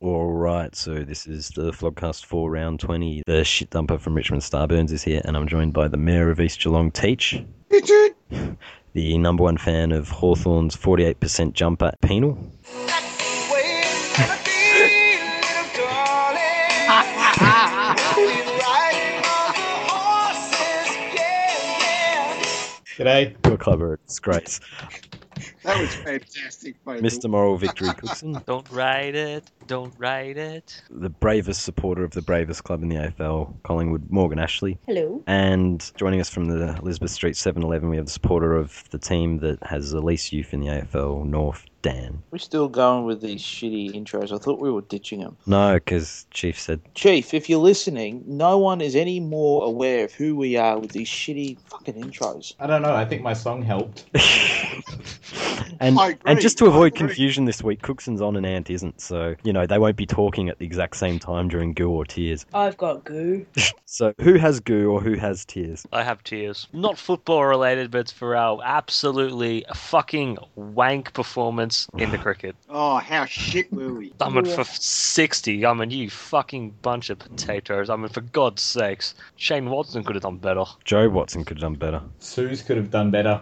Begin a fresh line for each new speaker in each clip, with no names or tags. All right, so this is the Flogcast for round 20. The shit dumper from Richmond Starburns is here, and I'm joined by the Mayor of East Geelong, Teach, the number one fan of Hawthorn's 48% jumper, Penal,
G'day.
your clever disgrace,
That was fantastic, mate.
Mr. Moral Victory Cookson,
Don't write it. Don't write it.
the bravest supporter of the bravest club in the AFL, Collingwood, Morgan Ashley,
Hello.
and joining us from the Elizabeth Street 7 Eleven, we have the supporter of the team that has the least youth in the AFL, North, Dan.
We're still going with these shitty intros. I thought we were ditching them.
No, because Chief said
Chief, if you're listening, no one is any more aware of who we are with these shitty fucking intros.
I don't know. I think my song helped.
and
I agree,
and just to
I
avoid
agree.
confusion this week, Cookson's on and Ant isn't, so you know they won't be talking at the exact same time during goo or tears.
I've got goo.
So who has goo or who has tears?
I have tears. Not football related, but for our absolutely fucking wank performance in the cricket.
Oh, how shit were we?
I mean,
Yeah.
for 60, I mean, you fucking bunch of potatoes. I mean, for God's sakes, Shane Watson could have done better.
Joe Watson could have done better.
Suze could have done better.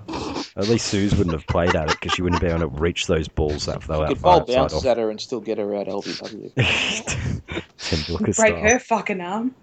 At least Suze wouldn't have played at it because she wouldn't have been able to reach those balls that fell
We
out
could bowl
far side
bounces
off.
at her and still get her out LBW.
Tim Booker
Break her fucking arm.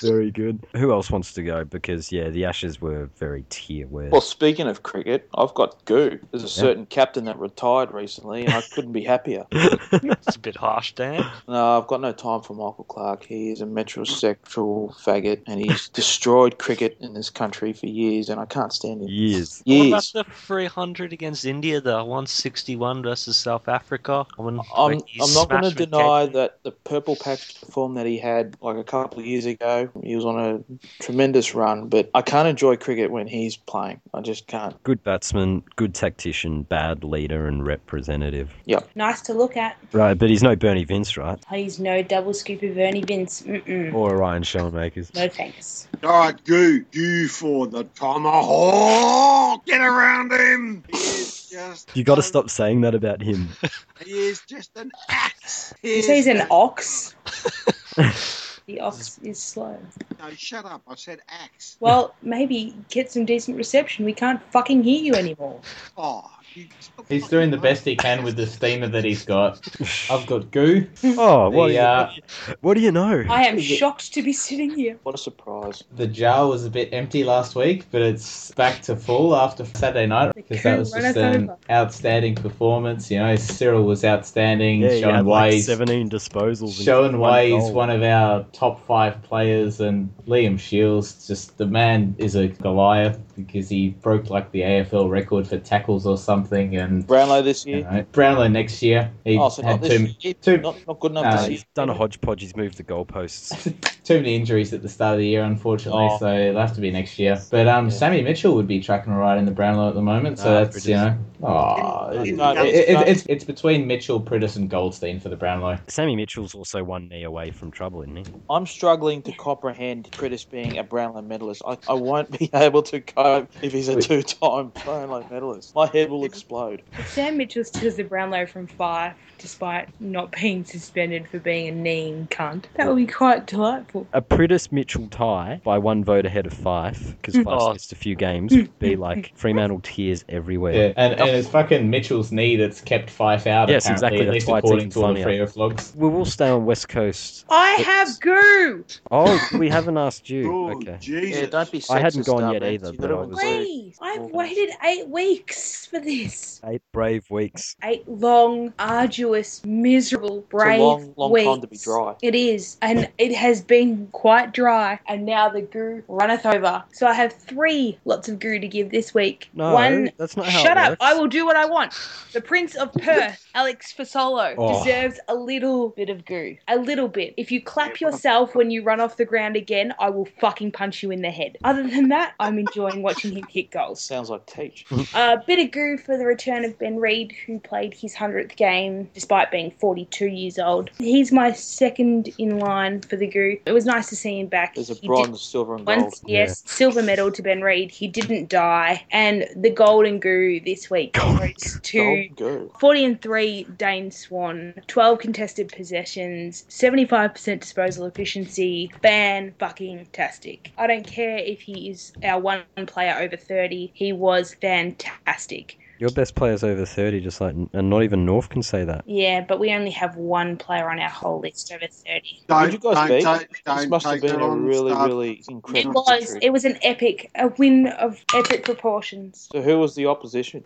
very good. Who else wants to go? Because yeah, the Ashes were very tear worthy.
Well, speaking of cricket, I've got goo. There's a certain captain that retired recently, and I couldn't be happier.
It's a bit harsh, Dan.
No, I've got no time for Michael Clark. He is a metrosexual faggot, and he's destroyed cricket in this country for years, and I can't stand him.
Years.
What about
Years.
the 300 against India, the 161 versus South Africa? I mean,
I'm,
like, you
I'm not going to
smashed with
deny
Cape-
that the purple patch form that he had like a couple of years ago, he was on a tremendous run, but I can't enjoy cricket when he's playing. I just can't.
Good batsman, good tactician, bad leader and representative.
Nice to look at.
Right, but he's no Bernie Vince, right?
He's no double scooper Vernie Vince. Mm-mm.
Or Ryan Schoenmakers.
No thanks.
All right, goo, goo for the tomahawk. Get around him. He is just.
You got to stop saying that about him.
He is just an axe. He
He
is
says an
an-
ox. the ox is slow.
No, shut up. I said axe.
Well, maybe get some decent reception. We can't fucking hear you anymore.
Oh, you- stop
He's
fucking
doing the
running.
best he can with the steamer that he's got. I've got goo.
Oh, what, do
The,
you-
uh,
what do you know?
I am shocked to be sitting here.
What a surprise.
the jar was a bit empty last week, but it's back to full after Saturday night
They
because that
couldn't
was
run
just
us
an
over.
outstanding performance. You know, Cyril was outstanding.
yeah, you
Sean
had like
Way's
17 disposals. and
Sean
one
Way is
goal.
one of our top five players, and Liam Shields, just the man is a Goliath because he broke like the AFL record for tackles or something. And
Brownlow this
you
year?
know, Brownlow next year, he
Oh, so not
had
this
too,
year.
too,
Not, not good enough
No,
this year.
He's done a hodgepodge. He's moved the goalposts.
too many injuries at the start of the year, unfortunately.
Oh.
So it'll have to be next year. But um,
Yeah.
Sammy Mitchell would be tracking all right in the Brownlow at the moment. So
Ah,
that's you know, oh,
Didn't-
it,
didn't
Goldstein-
it- it- it's it's between Mitchell, Prittis, and Goldstein for the Brownlow.
Sammy Mitchell's also one knee away from trouble, isn't he?
I'm struggling to comprehend Critis being a Brownlow medalist. I, I won't be able to cope if he's a two time Brownlow medalist. My head will explode.
But Sam Mitchell steals the Brownlow from five, despite not being suspended for being a kneeing cunt. That would be quite delightful.
A Prittis Mitchell tie by one vote ahead of Fife, because
Hmm.
Fife's
Oh.
missed a few games, would be like Fremantle tears everywhere.
Yeah, and, and it's fucking Mitchell's knee that's kept Fife out.
Yes,
apparently,
exactly,
At
that's
least
why it's
according
even
to all the
funnier.
Freo vlogs.
We will stay on West Coast.
I
It's-
have goo!
Oh, we haven't asked you.
Oh,
okay.
Jesus. Oh,
Yeah, don't be sexist.
I hadn't gone
Darby.
yet either,
You've
but I
Letterman
was
Please, I've waited eight weeks for this.
eight brave weeks.
Eight long, arduous, miserable, brave
long, long
weeks.
time to be dry.
It is, and it has been quite dry, and now the goo runneth over. So I have three lots of goo to give this week.
No,
One
that's not how
Shut
it
up!
works.
I will do what I want. The Prince of Perth, Alex Fasolo,
Oh.
deserves a little bit of goo. A little bit. If you clap yourself when you run off the ground again, I will fucking punch you in the head. Other than that, I'm enjoying watching him kick goals.
Sounds like Teach.
A bit of goo for the return of Ben Reed, who played his 100th game despite being 42 years old. He's my second in line for the goo. It was nice to see him back.
There's a
He did-
bronze, silver, and gold.
once, yes, silver medal to Ben Reed. He didn't die. And the golden goo this week goes
Oh,
to
Gold goo.
40 and 3 Dane Swan, 12 contested possessions, 75% disposal efficiency. Ban fucking tastic. I don't care if he is our one player over 30. He was fantastic.
Your best player's over 30, just like, and not even North can say that.
Yeah, but we only have one player on our whole list over 30.
Would you guys
don't,
be?
take-
This
don't
must have
take
been
that
a
on,
really,
Stab.
really
It
incredible
was.
victory.
It was an epic, a win of epic proportions.
So who was the opposition?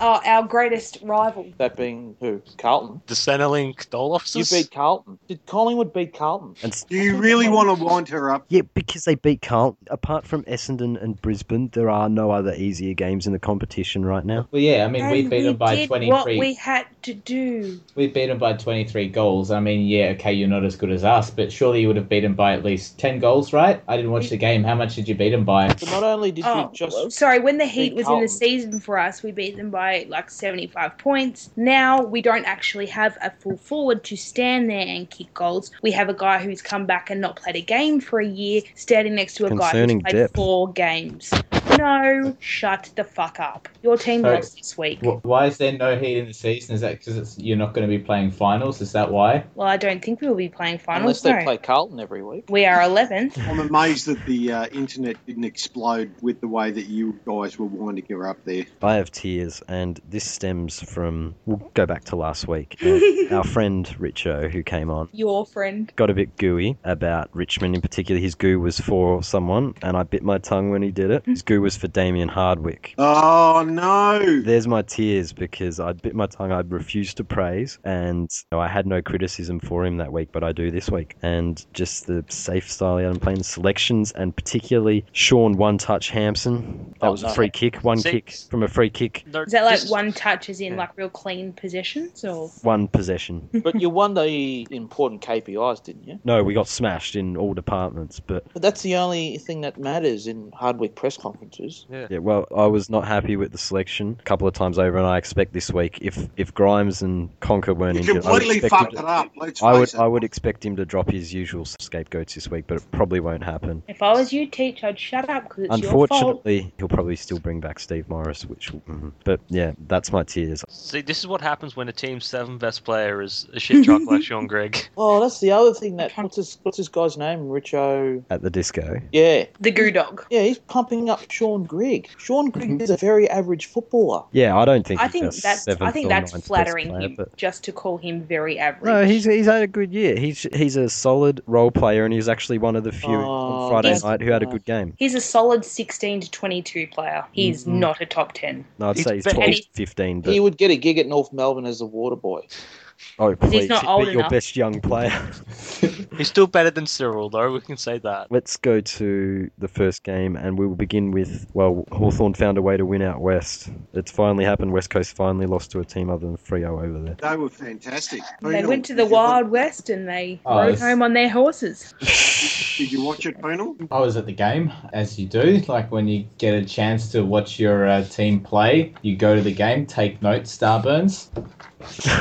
Oh, our greatest rival.
That being who? Carlton.
The Centrelink doll
You
officers?
beat Carlton. Did Collingwood beat Carlton?
And s-
Do you really want to wind her up?
yeah, because they beat Carlton. Apart from Essendon and Brisbane, there are no other easier games in the competition right now.
Well, yeah, I mean, we
And
beat them by
did what
23.
we
We...
had to do.
beat them by 23 goals. I mean, yeah, okay, you're not as good as us, but surely you would have beaten by at least 10 goals, right? I didn't watch the game. How much did you beat them by?
So not only did
Oh,
you just
well, sorry. When the Heat
beat
was in the
Carlton.
season for us, we beat them by like 75 points. Now we don't actually have a full forward to stand there and kick goals. We have a guy who's come back and not played a game for a year, standing next to a
Concerning
guy who's played
depth.
four games. No, shut the fuck up. Your team
Sorry.
lost this week.
Wh- Why is there no heat in the season? Is that because you're not going to be playing finals? Is that why?
Well, I don't think we will be playing finals.
unless they
no.
play Carlton every week.
We are 11th.
I'm amazed that the uh, internet didn't explode with the way that you guys were winding her up there.
I have tears, and this stems from. We'll go back to last week. Uh, our friend Richo, who came on,
Your friend.
got a bit gooey about Richmond in particular. His goo was for someone, and I bit my tongue when he did it. His goo was for Damien Hardwick.
Oh no!
There's my tears because I bit my tongue. I refused to praise, and you know, I had no criticism for him that week, but I do this week. And just the safe style he had him playing selections, and particularly Sean One Touch Hampson. That
Oh,
was a
no.
free kick, one
Six.
kick from a free kick,
No,
Is that like
this-
one touch as in
Yeah.
like real clean possessions or
one possession.
But you won the important KPIs, didn't you?
No, we got smashed in all departments, but
But that's the only thing that matters in Hardwick press conferences.
Yeah, well, I was not happy with the selection a couple of times over, and I expect this week if if Grimes and Conker weren't
You
injured, I would,
completely
expect
fucked
him
it
to,
up. Let's
I would
face
I would expect him to drop his usual scapegoats this week, but it probably won't happen.
If I was you, teach, I'd shut up because it's your fault.
Unfortunately, he'll probably still bring back Steve Morris, which. will- mhm. But yeah, that's my tears.
See, this is what happens when a team's seven best player is a shit jock like Sean Gregg.
Well, Oh, that's the other thing that what's this, what's this guy's name? Richo.
At the disco,
Yeah,
The goo dog.
yeah, he's pumping up Sean Grigg. Sean Grigg is a very average footballer.
yeah, I don't think.
I
he's our
think that's
seventh
I think
or
that's
ninth best
flattering
player,
him
but-
just to call him very average.
No, he's he's had a good year. He's he's a solid role player, and he's actually one of the few
Oh,
on Friday
that's-
night who had a good game.
He's a solid 16 to 22 player. He's
Mm-hmm.
Mhm.
not a top 10.
No, I'd
He's
say he's
been-
12,
and he-
15, but
He would get a gig at North Melbourne as a water boy.
Oh, please.
not
he
old
beat your
enough.
best young player.
He's still better than Cyril, though, we can say that.
Let's go to the first game, and we will begin with, well, Hawthorn found a way to win out West. It's finally happened. West Coast finally lost to a team other than Frio over there.
it. They were fantastic.
They
Penal,
went to the
did Oh, you wa-
Wild West and they
Oh,
rode
it's-
home on their horses.
Did you watch it, Penal?
I was at the game, as you do. Like when you get a chance to watch your uh, team play, you go to the game, take notes, Starburns.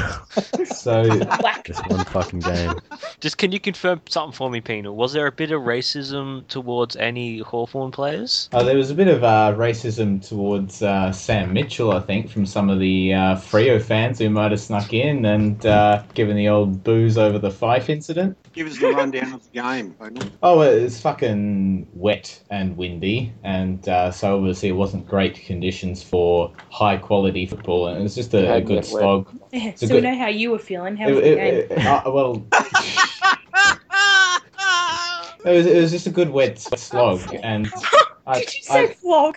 so
Whack.
Just one fucking game.
Just can you confirm something for me, Penal? Was there a bit of racism towards any Hawthorn players?
Uh, there was a bit of uh, racism towards uh, Sam Mitchell, I think, from some of the uh, Frio fans who might have snuck in and uh, given the old booze over the Fife incident.
Give us the rundown of the game, Penal.
Oh, it was fucking wet and windy, and uh, so obviously it wasn't great conditions for high quality football, and it was just a,
Yeah,
a
it
good
got wet.
slog.
Yeah,
It's a
so we
good-
know how you were feeling. How
It-
was the
it-
game?
it- uh, well, it was, it was just a good wet slog, and I,
Did you say vlog?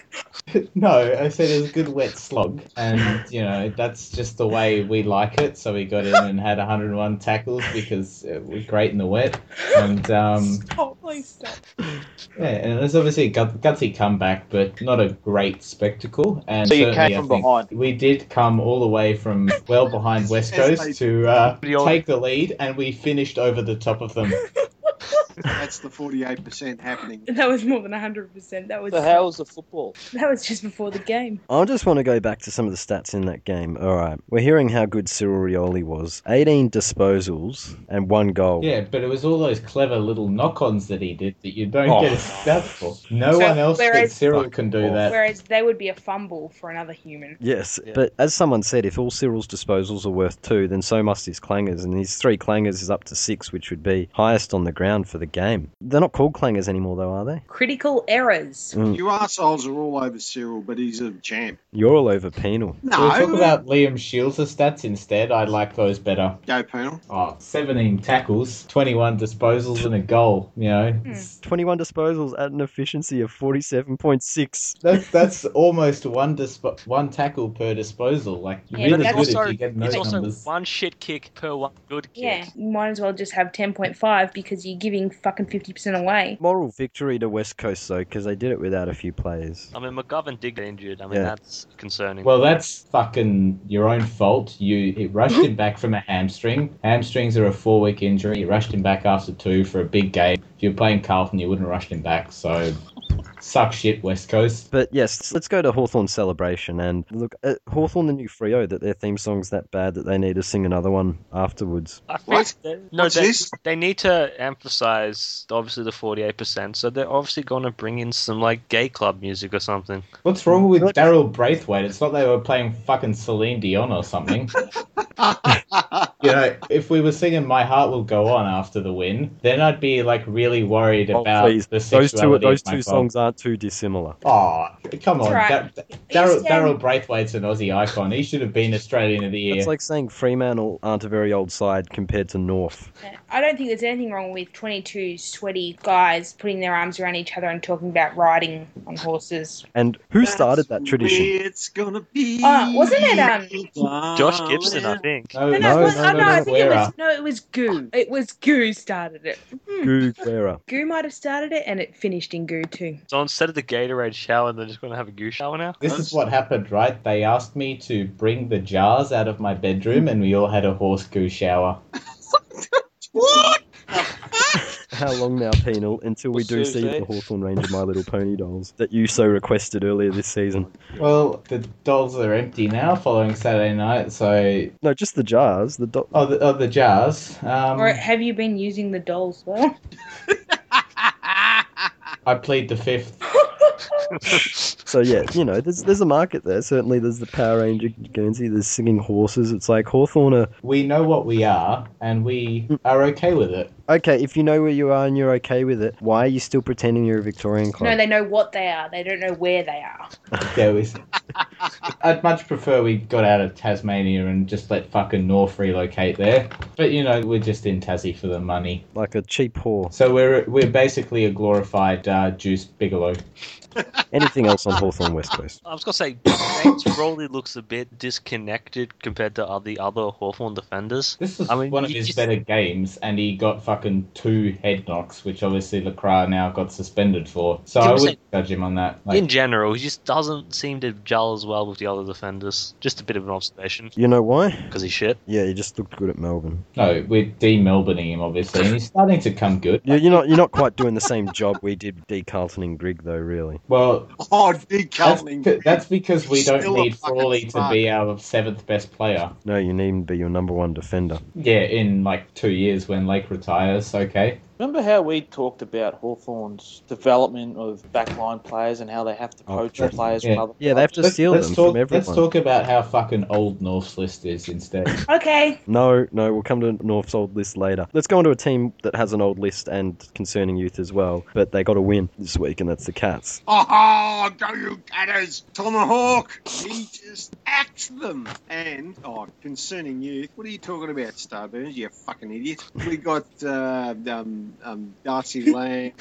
no, I said it was a good wet slog, and you know that's just the way we like it. So we got in and had 101 tackles because uh, we're great in the wet, and um,
Stop, please stop.
yeah, and it was obviously a gut- gutsy comeback, but not a great spectacle. And
So you
certainly,
came
I
from
think
behind.
We did come all the way from well behind West
Yes, they-
Coast to uh,
You're-
take the lead, and we finished over the top of them.
That's the 48% happening.
That was more than 100%. That was
The hell's the football?
that was just before the game.
I just want to go back to some of the stats in that game. All right, we're hearing how good Cyril Rioli was. 18 disposals and one goal.
Yeah, but it was all those clever little knock-ons that he did that you don't
Oh.
get a stat for. No
So,
one else but
whereas-
Cyril can do
Fuck off.
that.
Whereas they would be a fumble for another human.
Yes,
Yeah.
but as someone said, if all Cyril's disposals are worth two, then so must his clangers, and his three clangers is up to six, which would be highest on the ground for the game. They're not called clangers anymore, though, are they?
Critical errors.
Mm.
You assholes are all over Cyril, but he's a champ.
You're all over penal.
Shall we talk
No,
about Liam Shields' stats instead? I like those better.
go penal.
Oh, 17 tackles, 21 disposals, and a goal. You know, It's-
21 disposals at an efficiency of 47.6.
that's that's almost one disp- one tackle per disposal. Like, you're
Yeah,
really
but
good
that's
also-
if you get
It's
those
also
numbers.
one shit kick per one good kick.
Yeah, you might as well just have 10.5 because you're giving fucking 50% away.
Moral victory to West Coast, though, because they did it without a few players.
I mean, McGovern did get injured. I mean,
Yeah.
that's concerning.
Well, that's fucking your own fault. You it rushed him back from a hamstring. Hamstrings are a four week injury. It rushed him back after two for a big game. If you're playing Carlton, you wouldn't have rushed him back. So, suck shit, West Coast.
But yes, let's go to Hawthorn Celebration. And look, at Hawthorn the new Frio, that their theme song's that bad that they need to sing another one afterwards.
I think
What?
they- no,
What's
they,
this?
they need to emphasize obviously the forty-eight percent. So they're obviously going to bring in some like gay club music or something.
What's wrong with
What?
Daryl Braithwaite? It's not they were playing fucking Celine Dion or something. you know, if we were singing "My Heart Will Go On" after the win, then I'd be like really worried
Oh,
about
please.
the
Those
sexuality
two, those
of my
two
club.
songs aren't too dissimilar.
Oh, come on,
That's
Da- Daryl
He's, um,
Daryl Braithwaite's an Aussie icon. He should have been Australian of the year.
It's like saying Fremantle aren't a very old side compared to North.
I don't think there's anything wrong with 22 sweaty guys putting their arms around each other and talking about riding on horses.
And who started that
That's
tradition?
where It's gonna be.
Uh, wasn't it, um,
Josh
Oh,
Gibson, I
darling.
think.
No,
No,
no, it was-
no,
oh, no,
no,
I think it
Guerra.
was, no, it was Goo. It was Goo started it. Hmm.
Goo Guerra.
Goo might have started it and it finished in Goo too.
So instead of the Gatorade shower, they're just going to have a goo shower now.
This is what happened, right? They asked me to bring the jars out of my bedroom, and we all had a horse goo shower.
What?
How long now, Penal, until we
Well,
do see
Susie.
the Hawthorn Ranger My Little Pony dolls that you so requested earlier this season?
Well, the dolls are empty now following Saturday night, so
No, just the jars. The do-
Oh, the, oh, the jars. Um,
or have you been using the dolls well?
I plead the fifth.
So yeah, you know, there's there's a market there. Certainly, there's the Power Ranger Guernsey. There's singing horses. It's like Hawthorn are
We know what we are, and we are okay with it.
okay if you know where you are and you're okay with it. Why are you still pretending you're a Victorian club?
No, they know what they are. They don't know where they are.
Yeah, we, I'd much prefer we got out of Tasmania and just let fucking North relocate there. But you know, we're just in Tassie for the money,
Like a cheap whore.
so we're we're basically a glorified uh, Juice Bigelow.
Anything else on Hawthorn West Coast?
I was going to say James Rowley looks a bit disconnected compared to other other Hawthorn defenders.
This was
I mean,
one of
you
his
just-
better games, and he got fucking two head knocks, which obviously Lacra now got suspended for. So
Yeah,
I
but
would judge him on that. Like,
In general, he just doesn't seem to gel as well with the other defenders. Just a bit of an observation
You know why?
because he's shit.
Yeah, you just looked good at Melbourne.
no, we're de-Melbourning him obviously, and he's starting to come good.
You- You're not you're not quite doing the same job we did D Carlton and Grig though, really.
Well,
Oh,
that's,
decoupling.
beca- that's because we
He's
don't
still a
need
fucking
Frawley to be our seventh best player.
No, you needn't be your number one defender.
Yeah, in like two years when Lake retires, okay.
Remember how we talked about Hawthorn's development of backline players and how they have to
Oh,
poach
yeah.
players
Yeah.
from other
Yeah, they have to
Let's-
steal
let's
them
talk,
from everyone.
Let's talk about how fucking old North's list is instead.
Okay.
No, no, we'll come to North's old list later. Let's go on to a team that has an old list and concerning youth as well, but they got a win this week, and that's the Cats.
Oh, go you catters! Tomahawk! He just hacked them. And, oh, concerning youth, what are you talking about, Starburns? You fucking idiot. We got uh, um, um, Darcy Lane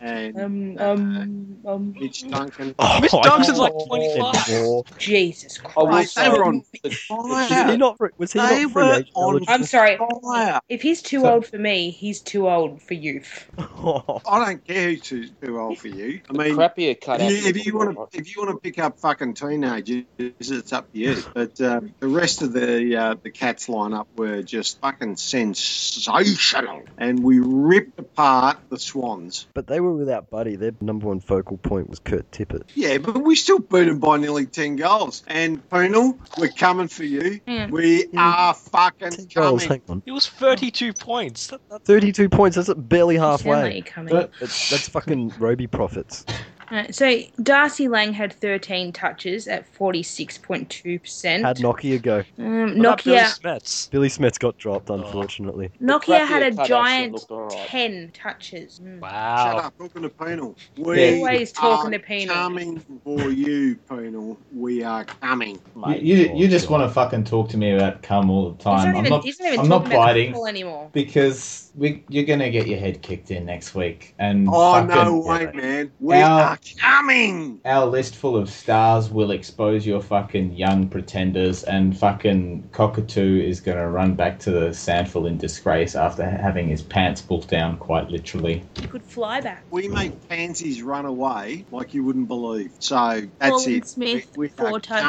and
Um, um, um,
Mitch Duncan.
Oh,
Miss
I-
Dogson's like 25.
Oh,
Jesus
I will
Mate,
Christ.
say,
they were on
Did he
fire.
not, was he not
They
free
were
agent
on-
eligible?
I'm sorry.
Fire.
If he's too
So-
old for me, he's too old for youth.
I don't care who's too, too old for you. I mean,
crappier cut out.
if you, if you want to, if you want to pick up fucking teenagers, it's up to you. But um, the rest of the uh, the cats lineup were just fucking sensational, and we ripped apart the Swans.
But they were without Buddy. Their number one focal point was Kurt Tippett.
Yeah, but we still beat them by nearly ten goals. And Poonal, we're coming for you.
Mm.
We are fucking
Ten goals,
coming.
hang on.
It was 32 points. That- that-
32 points, that's barely halfway.
Definitely coming.
But
That's, that's fucking Roby profits.
Alright, so Darcy Lang had 13 touches at 46.2%.
Had Nokia go.
that
um,
Billy
Nokia
Smets.
Billy Smets got dropped,
Oh.
unfortunately.
Nokia had
The
a
crappier cut actually
giant
looked all right.
10 touches. Mm.
Wow.
Shut up, talking to Poonal.
Yeah.
We
Always talking
are
to Poonal.
Coming for you, Poonal. We are coming.
you, you, you just want to fucking talk to me about cum all the
He's
time.
not
I'm
even,
not,
he's not even
I'm not
talking about the
biting
football anymore.
because we, you're gonna get your head kicked in next week. And
Oh
Mm, fucking-
no way, man! We
Our-
are coming.
Our list full of stars will expose your fucking young pretenders, and fucking cockatoo is gonna run back to the sandful in disgrace after having his pants pulled down, quite literally.
He could fly back.
We make pansies run away like you wouldn't believe. So that's
Colin
it.
Smith,
We- we
four
are
touches.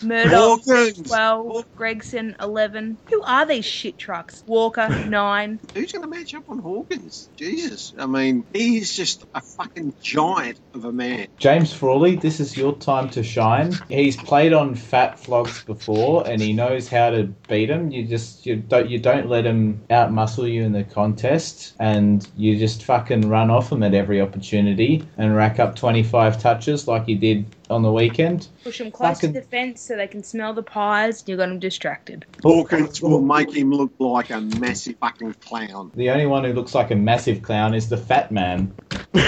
coming.
Murdoch,
Hawkins.
12. Gregson, 11. Who are these shit trucks? Walker, 9.
Who's going to match up on Hawkins? Jesus. I mean, he's just a fucking giant of a man.
James Frawley, this is your time to shine. He's played on fat flogs before, and he knows how to beat him. You just you don't you don't let him outmuscle you in the contest, and you just fucking run off him at every opportunity and rack up twenty five touches like you did on the weekend.
Push them close
Fucking-
to the fence so they can smell the pies. You got them distracted.
Hawkins will make him look like a massive fucking clown.
The only one who looks like a massive clown is the fat man.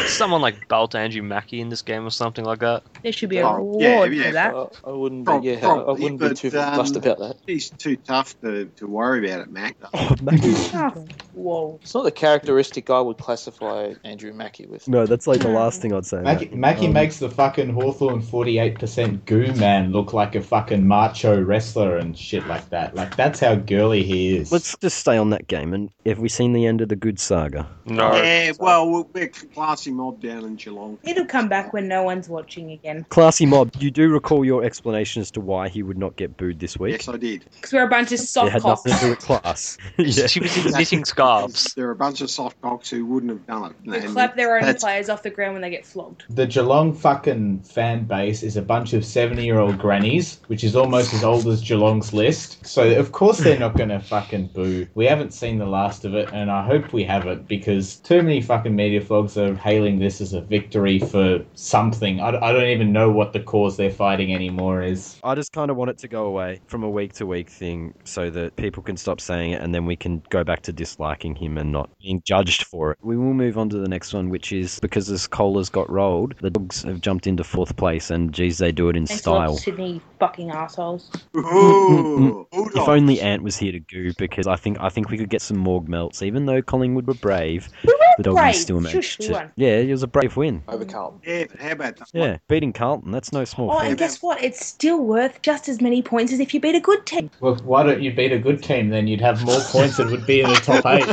Someone like belt Andrew Mackey in this game or something like that.
There should be a
Oh,
reward
yeah, yeah.
for that.
I, I wouldn't
Prob-
be, yeah, I
probably,
wouldn't be
but,
too
um,
fussed about that.
He's too tough to, to worry about it, Mac.
Oh, Mackie.
Oh, whoa.
It's not the characteristic I would classify Andrew Mackie with.
No, that's like the last thing I'd say.
Mackie, Mackie
Um,
makes the fucking Hawthorn 48% goo man look like a fucking macho wrestler and shit like that. Like, that's how girly he is.
Let's just stay on that game. And have we seen the end of the good saga?
No.
Yeah, well, we're- we're classy mob down in Geelong.
It'll come back when no one's watching again.
Classy mob, you do recall your explanation as to why he would not get booed this week?
Yes, I did.
Because we're a bunch of
it
soft
had
cocks.
nothing to do with class. yeah.
She was knitting
Oh.
scarves.
There are a bunch of soft cocks who wouldn't have done it.
They
And
clap their own
that's-
players off the ground when they get flogged.
The Geelong fucking fan base is a bunch of 70 year old grannies, which is almost as old as Geelong's list. So, of course, they're not going to fucking boo. We haven't seen the last of it, and I hope we haven't because too many fucking media flogs are hailing this as a victory for something. I, I don't even know what the cause they're fighting anymore is.
I just kind of want it to go away from a week to week thing so that people can stop saying it and then we can go back to disliking him and not being judged for it. We will move on to the next one, which is because this Colas got rolled, the dogs have jumped into fourth place and geez, they do it in
Thanks a
style.
lot, Sydney, you fucking assholes.
Ooh,
Mm, If
Bulldogs.
only Ant was here to goo, because I think I think we could get some Morg melts. Even though Collingwood were brave, the dogs
brave.
still managed
Shush, we
to.
won.
Yeah, it was a brave win.
Over Carlton.
Yeah, but how about that?
Yeah, beating Carlton, that's no small
Oh,
feat.
and guess what? It's still worth just as many points as if you beat a good team.
Well, why don't you beat a good team then? You'd have more points than would be in the top eight.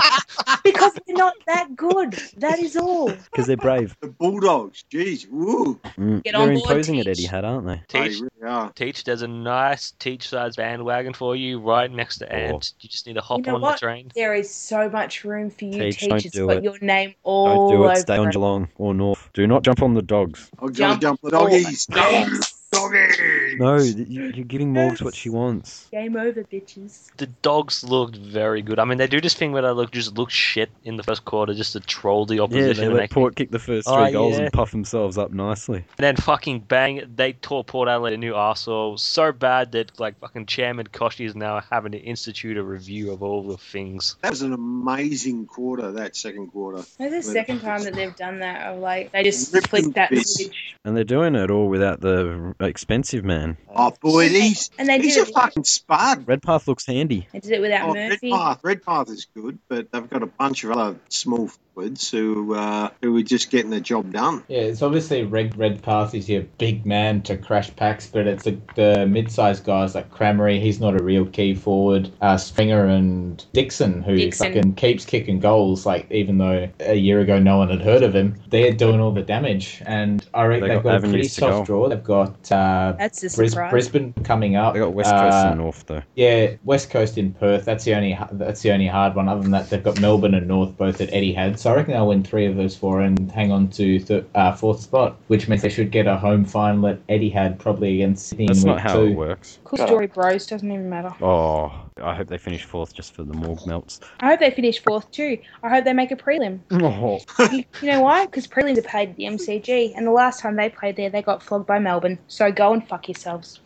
Because they're not that good. That is all.
Because they're brave.
The Bulldogs. Jeez. Ooh.
Mm.
Get
They're
on board,
imposing at
Teach.
Eddie Had, aren't they?
They
Teach,
really are.
teach, there's a nice teach size bandwagon for you right next to Ant. You just need to hop
You know
on
what?
the train.
There is so much room for you,
Teach,
teachers.
don't
teach. It's
do
got
it.
your name all
Don't do it.
over
Stay on Geelong or North. Do not jump on the dogs.
I'm gonna
Jump
jump the
forward.
doggies.
Yes.
Doggies.
No, th- you- you're giving Morgs what she wants.
Game over, bitches.
The dogs looked very good. I mean, they do this thing where they look just look shit in the first quarter just to troll the
Yeah,
opposition.
they
and,
let
they-
Port kick the first three
Oh,
goals
yeah.
and puff themselves up nicely.
and then fucking bang, they tore Port Adelaide a new arsehole so bad that like fucking Chairman Koshy is now having to institute a review of all the things.
That was an amazing quarter, that second quarter.
That's the
Wait.
second time that they've done that. Of like they just
Ripped
flick
in
that
bits.
footage.
And they're doing it all without the expensive man. man.
Oh, boy, he's,
and they
he's
did
a
it.
fucking spud.
Redpath looks handy.
They did it without
Oh,
Murphy.
Redpath, Redpath is good, but they've got a bunch of other small forwards who uh, who are just getting the job done.
Yeah, it's obviously Red Redpath is your big man to crash packs, but it's the, the mid-sized guys like Cramery. He's not a real key forward. Uh, Springer and Dixon, who
Dixon.
fucking keeps kicking goals, like even though a year ago no one had heard of him, they're doing all the damage. And I reckon
They
they've
got
got, a
avenues
pretty
to
soft
go.
draw. They've got uh,
That's a
Bris-
surprise.
Brisbane coming up.
They got West Coast
Uh,
and North though.
Yeah, West Coast in Perth. That's the only that's the only hard one. Other than that, they've got Melbourne and North both at Eddie Had. So I reckon they'll win three of those four and hang on to th- uh, fourth spot, which means they should get a home final at Eddie Had probably against Sydney. in
That's
week
not how
two.
it works.
Cool
Shut
story, bros. Doesn't even matter.
Oh, I hope they finish fourth just for the morgue melts.
I hope they finish fourth too. I hope they make a prelim.
Oh,
you, you know why? Because prelims are played at the MCG, and the last time they played there, they got flogged by Melbourne. So go and fuck yourselves.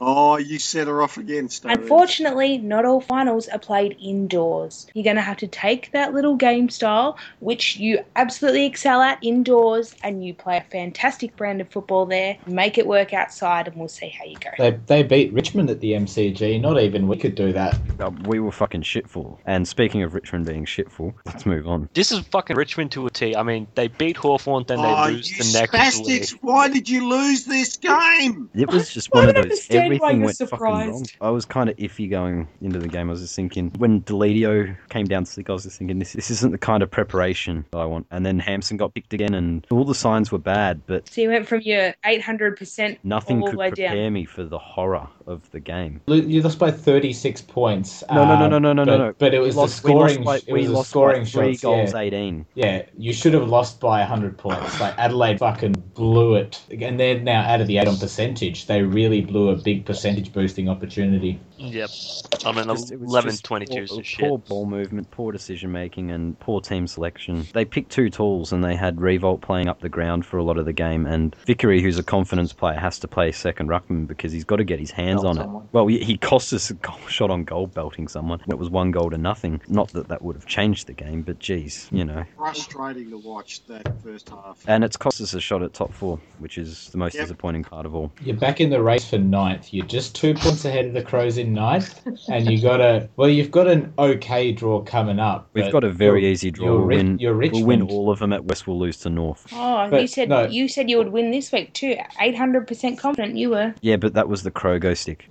Oh, you set her off again, Stone.
Unfortunately, not all finals are played indoors. You're going to have to take that little game style, which you absolutely excel at indoors, and you play a fantastic brand of football there. Make it work outside, and we'll see how you go.
They, they beat Richmond at the MCG. Not even we could do that.
um, we were fucking shitful. And speaking of Richmond being shitful, let's move on.
This is fucking Richmond to a T. I mean, they beat Hawthorn, then they
Oh,
lose
you
the next
spastics!
week.
Why did you lose this game?
It was just
I
one of
don't
those.
understand why
Everything
you're
went fucking wrong.
surprised.
I was kind of iffy going into the game. I was just thinking when Deledio came down sick, I was just thinking this this isn't the kind of preparation that I want. And then Hampson got picked again, and all the signs were bad, but
So you went from your 800%
nothing
all
could
the way
prepare
down.
me for the horror of the game.
Lo- You lost by 36 points. um,
No, no, no, no, no, no,
but,
no, no.
But it was
We lost,
the scoring.
we lost by,
it
we
was the
lost by
scoring
three
shots,
goals,
yeah.
eighteen.
Yeah, you should have lost by 100 points. Like, Adelaide fucking blew it. And they're now out of the eight on percentage. They really blew a big percentage boosting opportunity.
Yep. I mean,
Just- it was
11
just
22 is
poor,
the
poor
shit.
ball movement, poor decision making, and poor team selection. They picked two tools, and they had Revolt playing up the ground for a lot of the game. And Vickery, who's a confidence player, has to play second ruckman because he's got to get his hands
Belt
on it.
someone.
Well, he- he cost us a goal shot on goal, belting someone. It was one goal to nothing. Not that that would have changed the game, but geez, you know.
Frustrating to watch that first half.
And it's cost us a shot at top four, which is the most
Yep.
disappointing part of all.
You're back in the race for ninth. You're just two points ahead of the Crows in ninth. And you got a. Well, you've got an okay draw coming up.
We've
but
got a very
you're-
easy draw.
You're,
We'll
ri-
win,
you're
we'll win
Richmond.
all of them at West. We'll lose to North.
Oh, you
But,
said
no.
you said you would win this week too. 800% confident you were.
Yeah, but that was the crow go stick.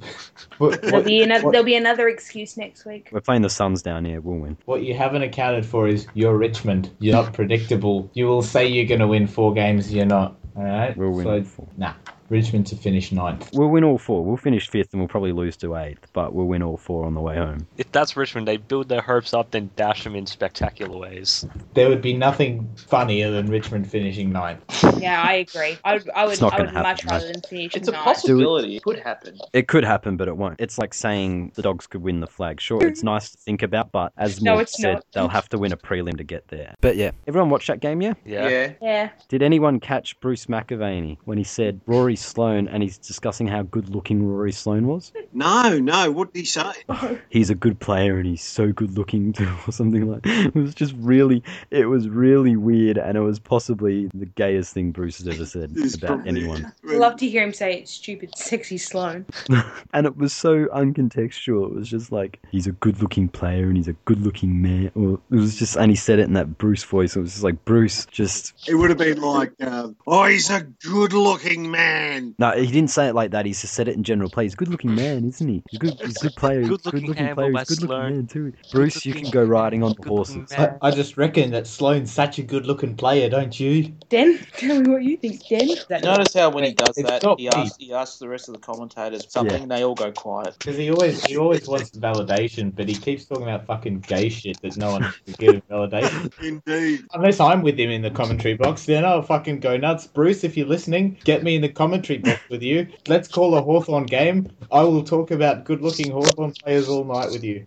What,
There'll
what,
be another,
what-
there'll be another excuse next week.
We're playing the Suns down here. We'll win.
What you haven't accounted for is you're Richmond. You're not predictable. You will say you're going to win four games. You're not. All right.
We'll win all
So,
four.
nah. Richmond to finish ninth.
We'll win all four. We'll finish fifth and we'll probably lose to eighth, but we'll win all four on the way home.
If that's Richmond, they build their hopes up, then dash them in spectacular ways.
There would be nothing funnier than Richmond finishing ninth.
Yeah, I agree. I would, I
It's
would,
not
I
gonna
would much
happen,
rather
mate.
than finish
It's a
ninth.
possibility. It could happen.
It could happen, but it won't. It's like saying the dogs could win the flag. Sure, it's nice to think about, but as
No,
Morg
it's
said,
not.
they'll have to win a prelim to get there. But yeah, everyone watched that game, yeah?
Yeah.
Yeah,
Did anyone catch Bruce McAvaney when he said Rory Sloan and he's discussing how good looking Rory Sloan was?
No, no. What did he say?
he's a good player and he's so good looking too, or something like it was just really it was really weird and it was possibly the gayest thing bruce has ever said
It's
about
probably-
anyone
love to hear him say it's stupid, sexy Sloan.
and it was so uncontextual it was just like he's a good looking player and he's a good looking man or it was just and he said it in that bruce voice it was just like bruce just
It would have been like, uh, oh, he's a good-looking man.
no he didn't say it like that he just said it in general play he's a good looking man isn't he he's a good he's a good player good
Good-looking
looking,
Amber
player he's a
West
good looking
Sloan.
man too bruce you can go riding on the horses
I, I just reckon that Sloan's such a good looking player, don't you?
Den, tell me what you think, Den.
Notice how when he does
It's
that,
not
he asks, he asks the rest of the commentators something, and they all go quiet.
Because he always he always wants validation, but he keeps talking about fucking gay shit that no one can give him validation.
Indeed.
Unless I'm with him in the commentary box, then I'll fucking go nuts. Bruce, if you're listening, get me in the commentary box with you. Let's call a Hawthorn game. I will talk about good looking Hawthorn players all night with you.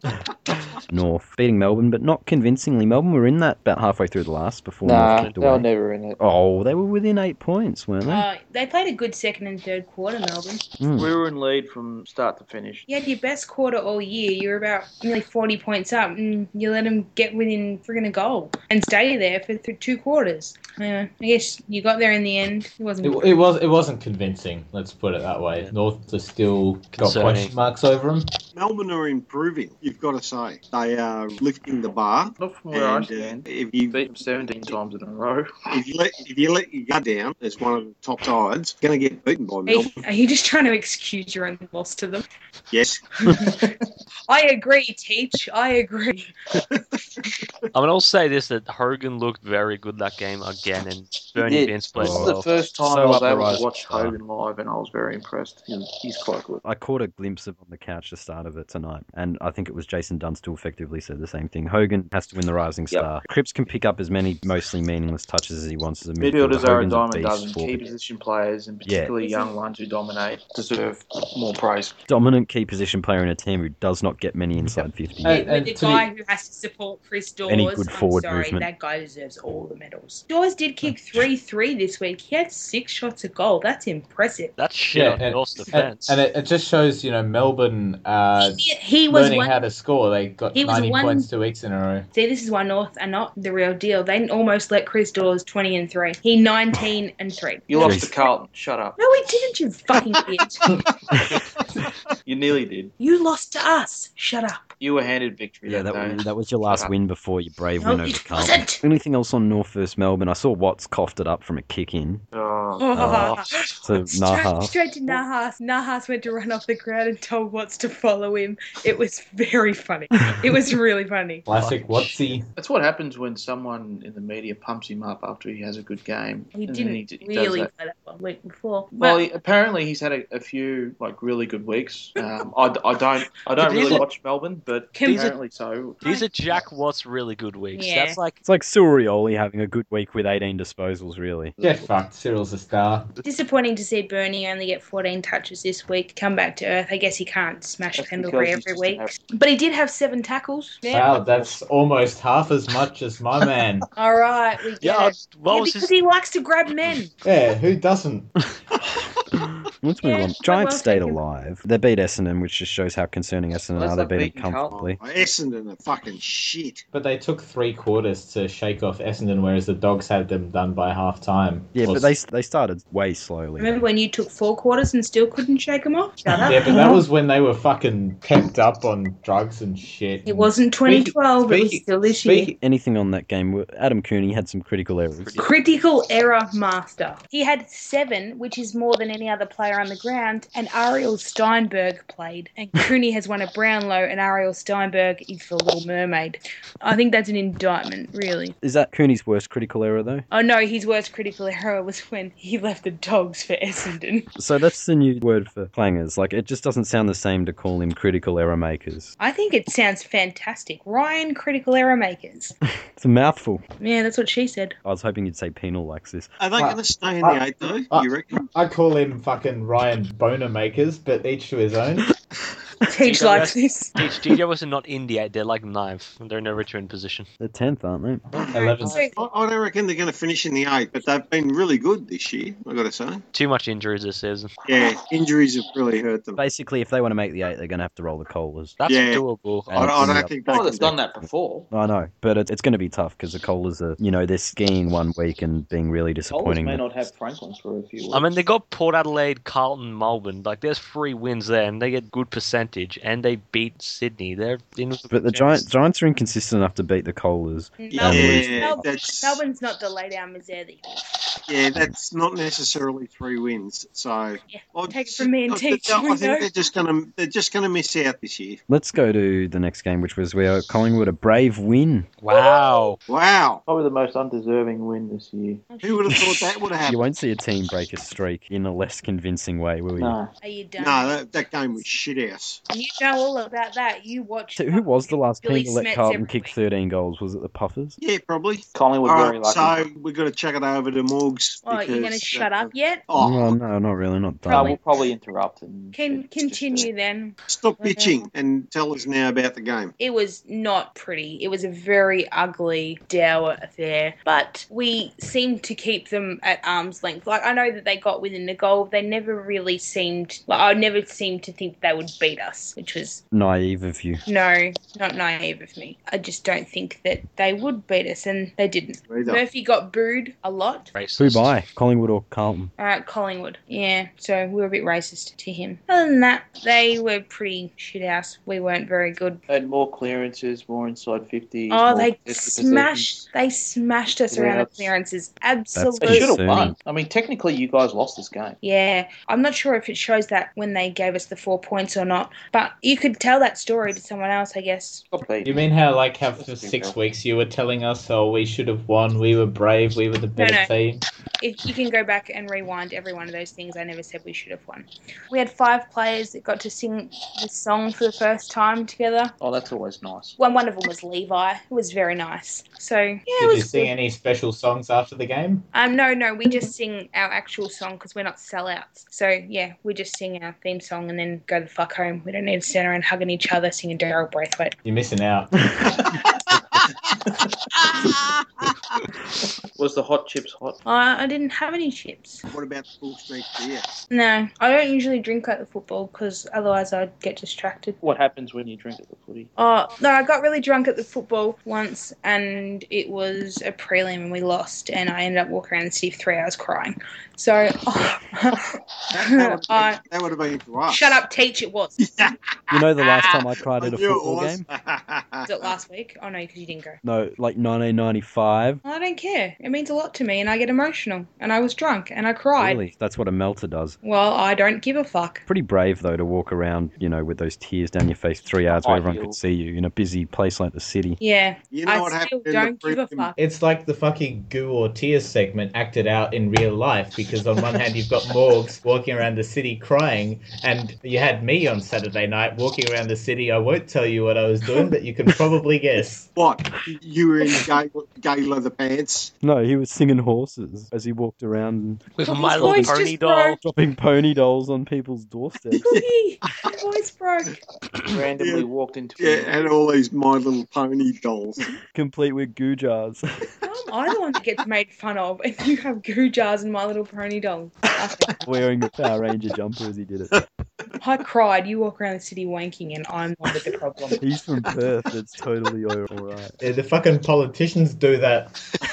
North beating Melbourne, but not convincingly. Melbourne were in that about halfway through the last before North
Nah,
kicked
they
away.
were never in it.
Oh, they were within eight points, weren't they?
Uh, they played a good second and third quarter, Melbourne.
Mm.
We were in lead from start to finish.
You had your best quarter all year. You were about nearly 40 points up, and you let them get within friggin' a goal and stay there for th- two quarters. Yeah, I guess you got there in the end. It wasn't.
It, it was it wasn't convincing. Let's put it that way. North are still got
Concerning.
question marks over them.
Melbourne are improving. You've got to say they are lifting the bar.
Not from where I
and, uh,
stand.
if you
Beat them 17 times in a row.
if you let if you let your gut down as one of the top sides, you're going to get beaten by
Are you,
Melbourne.
are you just trying to excuse your own loss to them?
Yes,
I agree, Teach. I agree.
I mean, I'll say this that Hogan looked very good that game again, and Bernie
did.
Vince played
This is
well.
the first time
So
I was able
upright.
to watch Hogan live, and I was very impressed. He's, he's quite good.
I caught a glimpse of on the couch the start of it tonight, and I think it was Jason Dunstall effectively said the same thing. Hogan has to win the Rising
Yep.
Star. Cripps can pick up as many mostly meaningless touches as he wants as a midfielder.
Midfielders are a
Hogan's
dime a
beast
dozen.
for
Key
it.
position players, and
Yeah.
particularly young ones who dominate, deserve more praise.
Dominant key position player in a team who does not get many inside 50.
Hey,
With
and
the
to
guy
be-
who has to support Chris Dawes.
Any good forward
I'm sorry,
movement.
that guy deserves all the medals. Dawes did kick 3 3 this week. He had six shots at goal. That's impressive.
That's shit
Yeah,
on
and-
North's
And,
defense.
and it, it just shows, you know, Melbourne uh,
he, he was
learning
one.
how to score. They got
he was
90
one-
points two weeks in a row.
See, this is why North are not the real deal. They almost let Chris Dawes 20 and 3. He 19 and 3.
You
Jeez.
lost to Carlton. Shut up.
No, we didn't, you fucking bitch.
You nearly did.
You lost to us. Shut up.
You were handed victory
Yeah,
that,
that, was,
day.
that was your last
up.
win before your brave
No,
win over
it
Carlton.
wasn't.
Anything else on North versus Melbourne? I saw Watts coughed it up from a kick in
Oh,
to
Straight,
Nahas.
straight to Nahas. Nahas went to run off the ground and told Watts to follow him. It was very funny. It was really funny.
Classic
Fucking
Watsy.
that's what happens when someone in the media pumps him up after he has a good game.
He
and then
didn't
d- does
really
that.
play that one week before. But
Well, he, apparently he's had a, a few like really good weeks. Um, I, I don't I don't
These
really
are-
watch Melbourne, but
Can-
apparently so.
These are Jack Watts really good weeks.
Yeah.
That's like
It's like Surioli having a good week with 18 disposals, really.
Get fucked. Cyril's a star.
disappointing to see Bernie only get 14 touches this week. Come back to earth. I guess he can't smash
That's
Pendlebury
because he's
every
just an
week. But he did have seven tackles. Yeah.
Wow, that's almost half as much as my man.
All right. We get
yeah.
it.
What
yeah,
was
because
his?
he likes to grab men.
Yeah, who doesn't?
Let's move
Yeah,
on.
quite well
Giants stayed
taken.
alive. They beat Essendon, which just shows how concerning Essendon
Well,
are.
it's
They
like
beat them
beating Carlton.
comfortably.
Oh, Essendon are fucking shit.
But they took three quarters to shake off Essendon, whereas the Dogs had them done by half time.
Yeah,
Or-
but they they started way slowly.
Remember when you took four quarters and still couldn't shake him off? Shut up.
Yeah, but that was when they were fucking pepped up on drugs and shit.
It wasn't 2012. it was
speaking-
still this year.
speaking-
Anything on that game? Adam Cooney had some critical errors.
Critical error master. He had seven, which is more than any other player on the ground, and Ariel Steinberg played. And Cooney has won a Brownlow, and Ariel Steinberg is for Little Mermaid. I think that's an indictment, really.
Is that Cooney's worst critical error though?
Oh no, his worst critical error was when he left the dogs for Essendon.
So that's the new word for clangers. Like it just doesn't sound the same to call him critical error makers.
I think it sounds fantastic. Ryan, critical error makers.
It's a mouthful.
Yeah, that's what she said.
I was hoping you'd say penal like this.
Are they
Well,
going to stay in
well,
the eight though?
well,
you reckon?
I call him fucking Ryan Boner Makers, but each to his own.
Teach
the
likes
rest-
this.
Each DJs are not in the eight. They're like ninth. They're in a return position.
They're tenth, aren't they?
Eleven.
So-
I, I don't reckon they're going to finish in the eight, but they've been really good this year. I got to say.
Too much injuries this season.
Yeah, injuries have really hurt them.
Basically, if they want to make the eight, they're going to have to roll the colas.
That's
Yeah.
doable.
I, I
Yeah.
don't think they
Oh,
can
that's done that before.
I know, but it, it's going to be tough because the Colas are, you know, they're skiing one week and being really
Bowlers
disappointing.
may
that-
not have Franklin for a few weeks.
I mean, they got Port Adelaide, Carlton, Melbourne. Like, there's three wins there, and they get good percentage, and they beat Sydney. They're in.
But the Giants, Giants are inconsistent enough to beat the Colas.
Yeah,
Melbourne's-
yeah,
Melbourne-
that's-
Melbourne's not the lay down Mazzetti.
Yeah, that's not necessarily three wins. So
Yeah,
I'd-
take it from me and
I'd-
teach,
I
we
think
know.
they're just going to they're just going to miss out this year.
Let's go to the next game, which was where Collingwood a brave win.
Wow.
Wow,
Probably the most undeserving win this year.
who would have thought that would have
You
happened?
won't see a team break a streak in a less convincing way, will you?
No.
Are you done?
No, that, that game was shit ass.
You know all about that. You watched.
So who was the last
Billy
team to let
Smets
Carlton
every
kick
week.
13 goals? Was it the Puffers?
Yeah, probably.
Collingwood
All
very
right,
lucky. Uh,
so we've got to chuck it over to Morgs.
Oh, you're going to
because,
shut
uh,
up yet?
Well,
Oh,
no, not really, not
No, we'll
that.
probably interrupt and
Can continue then.
stop bitching and tell us now about the game.
It was not pretty. It was a very ugly, dour affair. But we seemed to keep them at arm's length. Like I know that they got within the goal. They never really seemed. Like I never seemed to think they would beat us. Bulldogs, which was
Naive of you.
no, not naive of me. I just don't think that they would beat us, and they didn't.
Either.
Murphy got booed a lot.
Who
Racist.
by? Collingwood or Carlton?
Uh, Collingwood. Yeah, so we were a bit racist to him. Other than that, they were pretty shit house. We weren't very good.
Had more clearances, more inside 50s.
Oh,
more
they
contested
smashed! They smashed us around the
Yes.
clearances.
That's
possessions. They should
Absolutely.
have won. I mean, technically, you guys lost this game.
Yeah, I'm not sure if it shows that when they gave us the four points or not, but you could tell that story to someone else, I guess.
Probably.
You mean how, like, how for six weeks you were telling us, oh, we should have won, we were brave, we were the better
no.
team?
If you can go back and rewind every one of those things, I never said we should have won. We had five players that got to sing this song for the first time together.
Oh, that's always nice.
One, one of them was Levi. It was very nice. So yeah, it
Did you
was.
sing
good.
any special songs after the game?
Um, no, no, we just sing our actual song because we're not sellouts. So yeah, we just sing our theme song and then go the fuck home. We don't need to stand around hugging each other singing Daryl Braithwaite.
You're missing out.
Was the hot chips hot?
I, I didn't have any chips.
What about the full snake beer?
No, I don't usually drink at the football because otherwise I'd get distracted.
What happens when you drink at the footy?
Oh no, I got really drunk at the football once, and it was a prelim, and we lost, and I ended up walking around the city for three hours crying. So,
That, that, would, have
I-
been, that would have been for us.
shut up, teach. It was.
You know the last time I cried
I
at a
knew it
football
was.
game?
Was it last week? Oh no, because you didn't go.
No, like 1995.
I don't care. It means a lot to me, and I get emotional, and I was drunk, and I cried.
Really? That's what a melter does.
Well, I don't give a fuck.
Pretty brave, though, to walk around, you know, with those tears down your face three hours where
I
everyone
feel-
could see you in a busy place like the city.
Yeah,
You know what
I still
happened in
don't
the
give a
freaking-
fuck.
It's like the fucking goo or tears segment acted out in real life because on one hand you've got Morgs walking around the city crying, and you had me on Saturday night walking around the city. I won't tell you what I was doing, but you can probably guess.
What? You were in gay, gay leather pants?
No, he was singing horses as he walked around,
With
His
my little
voice just
pony
broke.
doll.
dropping pony dolls on people's doorsteps.
Cookie, my voice broke.
Randomly
Yeah.
walked into
Yeah, and all these My Little Pony dolls.
complete with goo jars.
Why am I the one that gets made fun of if you have goo jars and My Little Pony doll?
wearing the Power Ranger jumper as he did it.
I cried. You walk around the city wanking, and I'm not with the problem.
He's from Perth. It's totally all all right.
Yeah, the fucking politicians do that.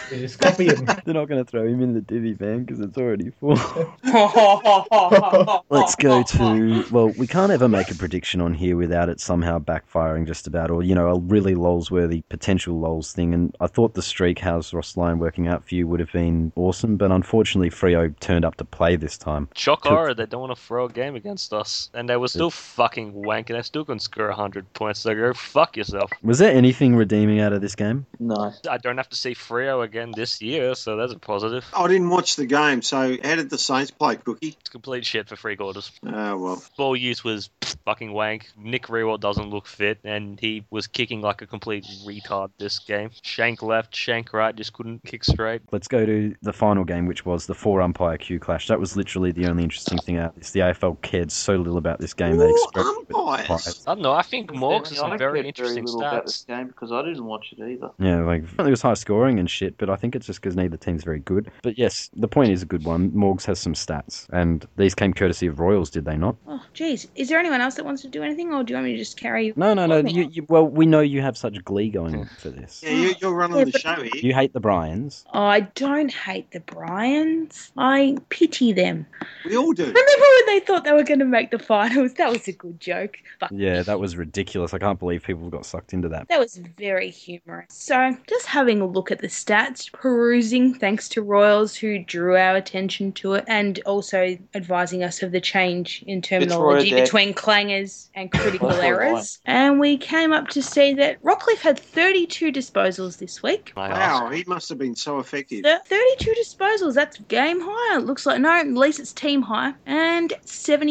They just copy them.
They're not going to throw him in the divvy van because it's already full. Let's
Oh,
Let's
go to. Well, we can't ever make a prediction on here without it somehow backfiring just about, or, you know, a really lolsworthy potential lols thing. And I thought the streak house Ross line working out for you would have been awesome, but unfortunately, Frio turned up to play this time.
Shock horror, they don't want to throw a game against us. And they were still fucking wanking. They still couldn't score 100 points. So go fuck yourself.
Was there anything redeeming out of this game?
No.
I don't have to see Frio again this year, so that's a positive.
I didn't watch the game, so how did the Saints play, Cookie?
It's complete shit for three quarters.
Oh, well.
Ball use was fucking wank. Nick Rewalt doesn't look fit, and he was kicking like a complete retard this game. Shank left, shank right, just couldn't kick straight.
Let's go to the final game, which was the four umpire Q clash. That was literally the only interesting thing out of this. The AFL cared so little about this game they
Four
expressed it with
umpires?
five.
I don't know. I think Morgs
Yeah,
has
I
some very
cared very
interesting
little about this
stats.
game because I didn't watch it either.
Yeah, like it was high scoring and shit, but I think it's just because neither team's very good. But yes, the point is a good one. Morgs has some stats, and these came courtesy of Royals, did they not?
Oh, jeez. Is there anyone else that wants to do anything, or do you want me to just carry you?
No, no, no. You, you, well, we know you have such glee going on for this.
Yeah, you, you're running the show here.
You hate the Bryans.
Oh, I don't hate the Bryans. I pity them.
We all do.
Remember when they thought they were going to make the finals? That was a good joke. Fuck.
Yeah, that was ridiculous. I can't believe people got sucked into that.
That was very humorous. So, just having a look at the stats, perusing, thanks to Royals who drew our attention to it, and also advising us of the change in terminology
Fitzroy did.
between clangers and critical
Fitzroy
errors. And we came up to see that Rockcliffe had 32 disposals this week.
My ass.
Wow, he must have been so effective.
Thir- 32 disposals, that's game high. It looks like, no, at least it's team high. And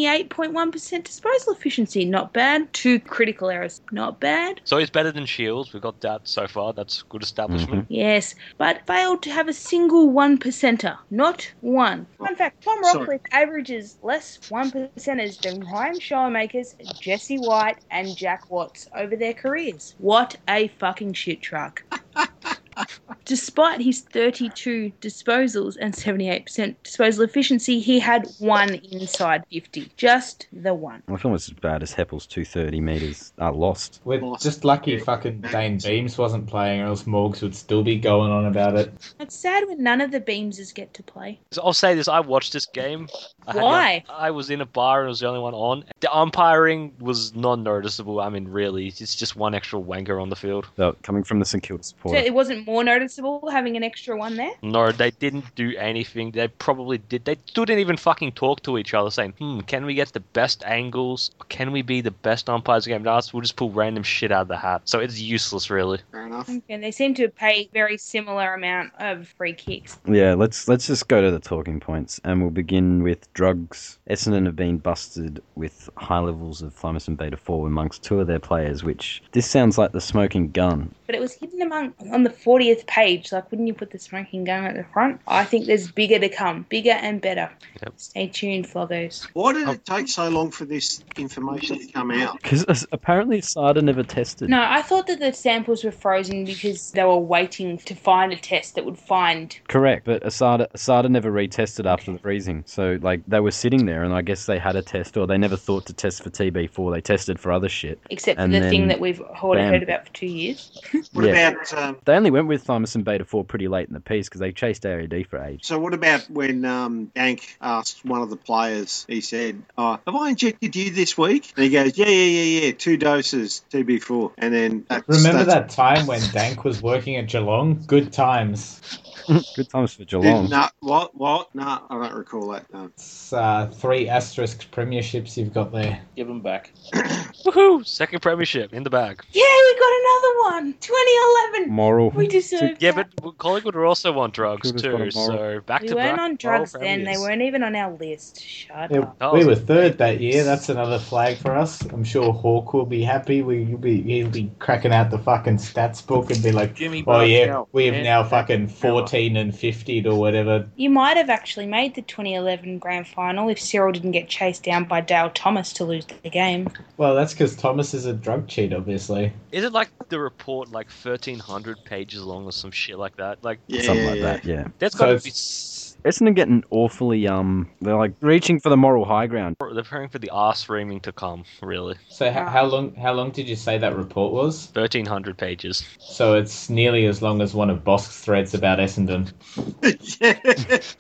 78.1% disposal efficiency, not bad. Two critical errors, not bad.
So he's better than Shields. We got that so far. That's good establishment.
Yes, but failed to have a single one percenter. Not one. Fun fact Tom
Sorry.
Rockcliffe averages less one percenters than Ryan Showmakers, Jesse White, and Jack Watts over their careers. What a fucking shit truck. Despite his 32 disposals and 78% disposal efficiency, he had one inside 50. Just the one.
I feel almost as bad as Heppel's 230 metres are lost.
We're just lucky fucking Dane Beams wasn't playing, or else Morgs would still be going on about it.
It's sad when none of the Beamses get to play.
So I'll say this: I watched this game. I had-
Why?
I was in a bar and I was the only one on. The umpiring was non-noticeable. I mean, really, it's just one extra wanker on the field.
Though, uh, coming from the St Kilda
So
supporter.
it wasn't more noticeable having an extra one there?
No, they didn't do anything. They probably did. They still didn't even fucking talk to each other, saying, "Hmm, can we get the best angles? Can we be the best umpires in the game?" No, we'll just pull random shit out of the hat. So it's useless, really.
Fair enough.
And they seem to pay very similar amount of free kicks.
Yeah, let's let's just go to the talking points, and we'll begin with drugs. Essendon have been busted with high levels of thymosin beta four amongst two of their players, which this sounds like the smoking gun.
But it was hidden among on the 40th page. Like, wouldn't you put the smoking gun at the front? I think there's bigger to come. Bigger and better.
Yep.
Stay tuned, Floggers.
Why
Oh.
did it take so long for this information to come out?
Because apparently Sada never tested.
No, I thought that the samples were frozen because they were waiting to find a test that would find.
Correct, but Asada Asada never retested after the freezing. So like they were sitting there, and I guess they had a test, or they never thought to test for TB4. They tested for other shit.
Except for
And
the
then-
thing that we've heard,
bam.
heard about for two years.
What
Yeah.
about um,
They only went with thymosin beta four pretty late in the piece because they chased AOD for ages.
so? What about when um, Dank asked one of the players? He said, oh, "Have I injected you this week?" And he goes, "Yeah, yeah, yeah, yeah. Two doses, TB4." And then that's,
Remember
that's-
that time when Dank was working at Geelong? Good times.
Good times for Geelong.
No, what? What? No, I don't recall that. No.
It's uh, three asterisk premierships you've got there.
Give them back.
Woohoo! Second premiership in the bag.
Yeah, we got another one. 2011.
Moral.
We deserved.
Yeah,
that.
but Collingwood were also on drugs
Could've got a
too. So back
we
to
weren't
back
on
world
drugs then. They
premiers.
weren't even on our list. Shut
Yeah,
up.
That
we
was
were
a
third
Oh, great
that year.
piece.
That's another flag for us. I'm sure Hawk will be happy. We, he'll, be, he'll be cracking out the fucking stats book and be like,
Jimmy
oh yeah,
Bartel,
we have
and
now
Jack
fucking
Miller."
14 and 50 or whatever.
You might have actually made the 2011 grand final if Cyril didn't get chased down by Dale Thomas to lose the game.
Well, that's because Thomas is a drug cheat, obviously.
Is it like the report, like thirteen hundred pages long or some shit like that? Like
Yeah,
Something
yeah,
like
yeah.
that, yeah.
that's
So
got
it's-
to be. s-
Essendon getting awfully um they're like reaching for the moral high ground.
They're preparing for the ass reaming to come. Really,
So h- how long how long did you say that report was?
thirteen hundred pages.
So it's nearly as long as one of Bosk's threads about Essendon.
yeah,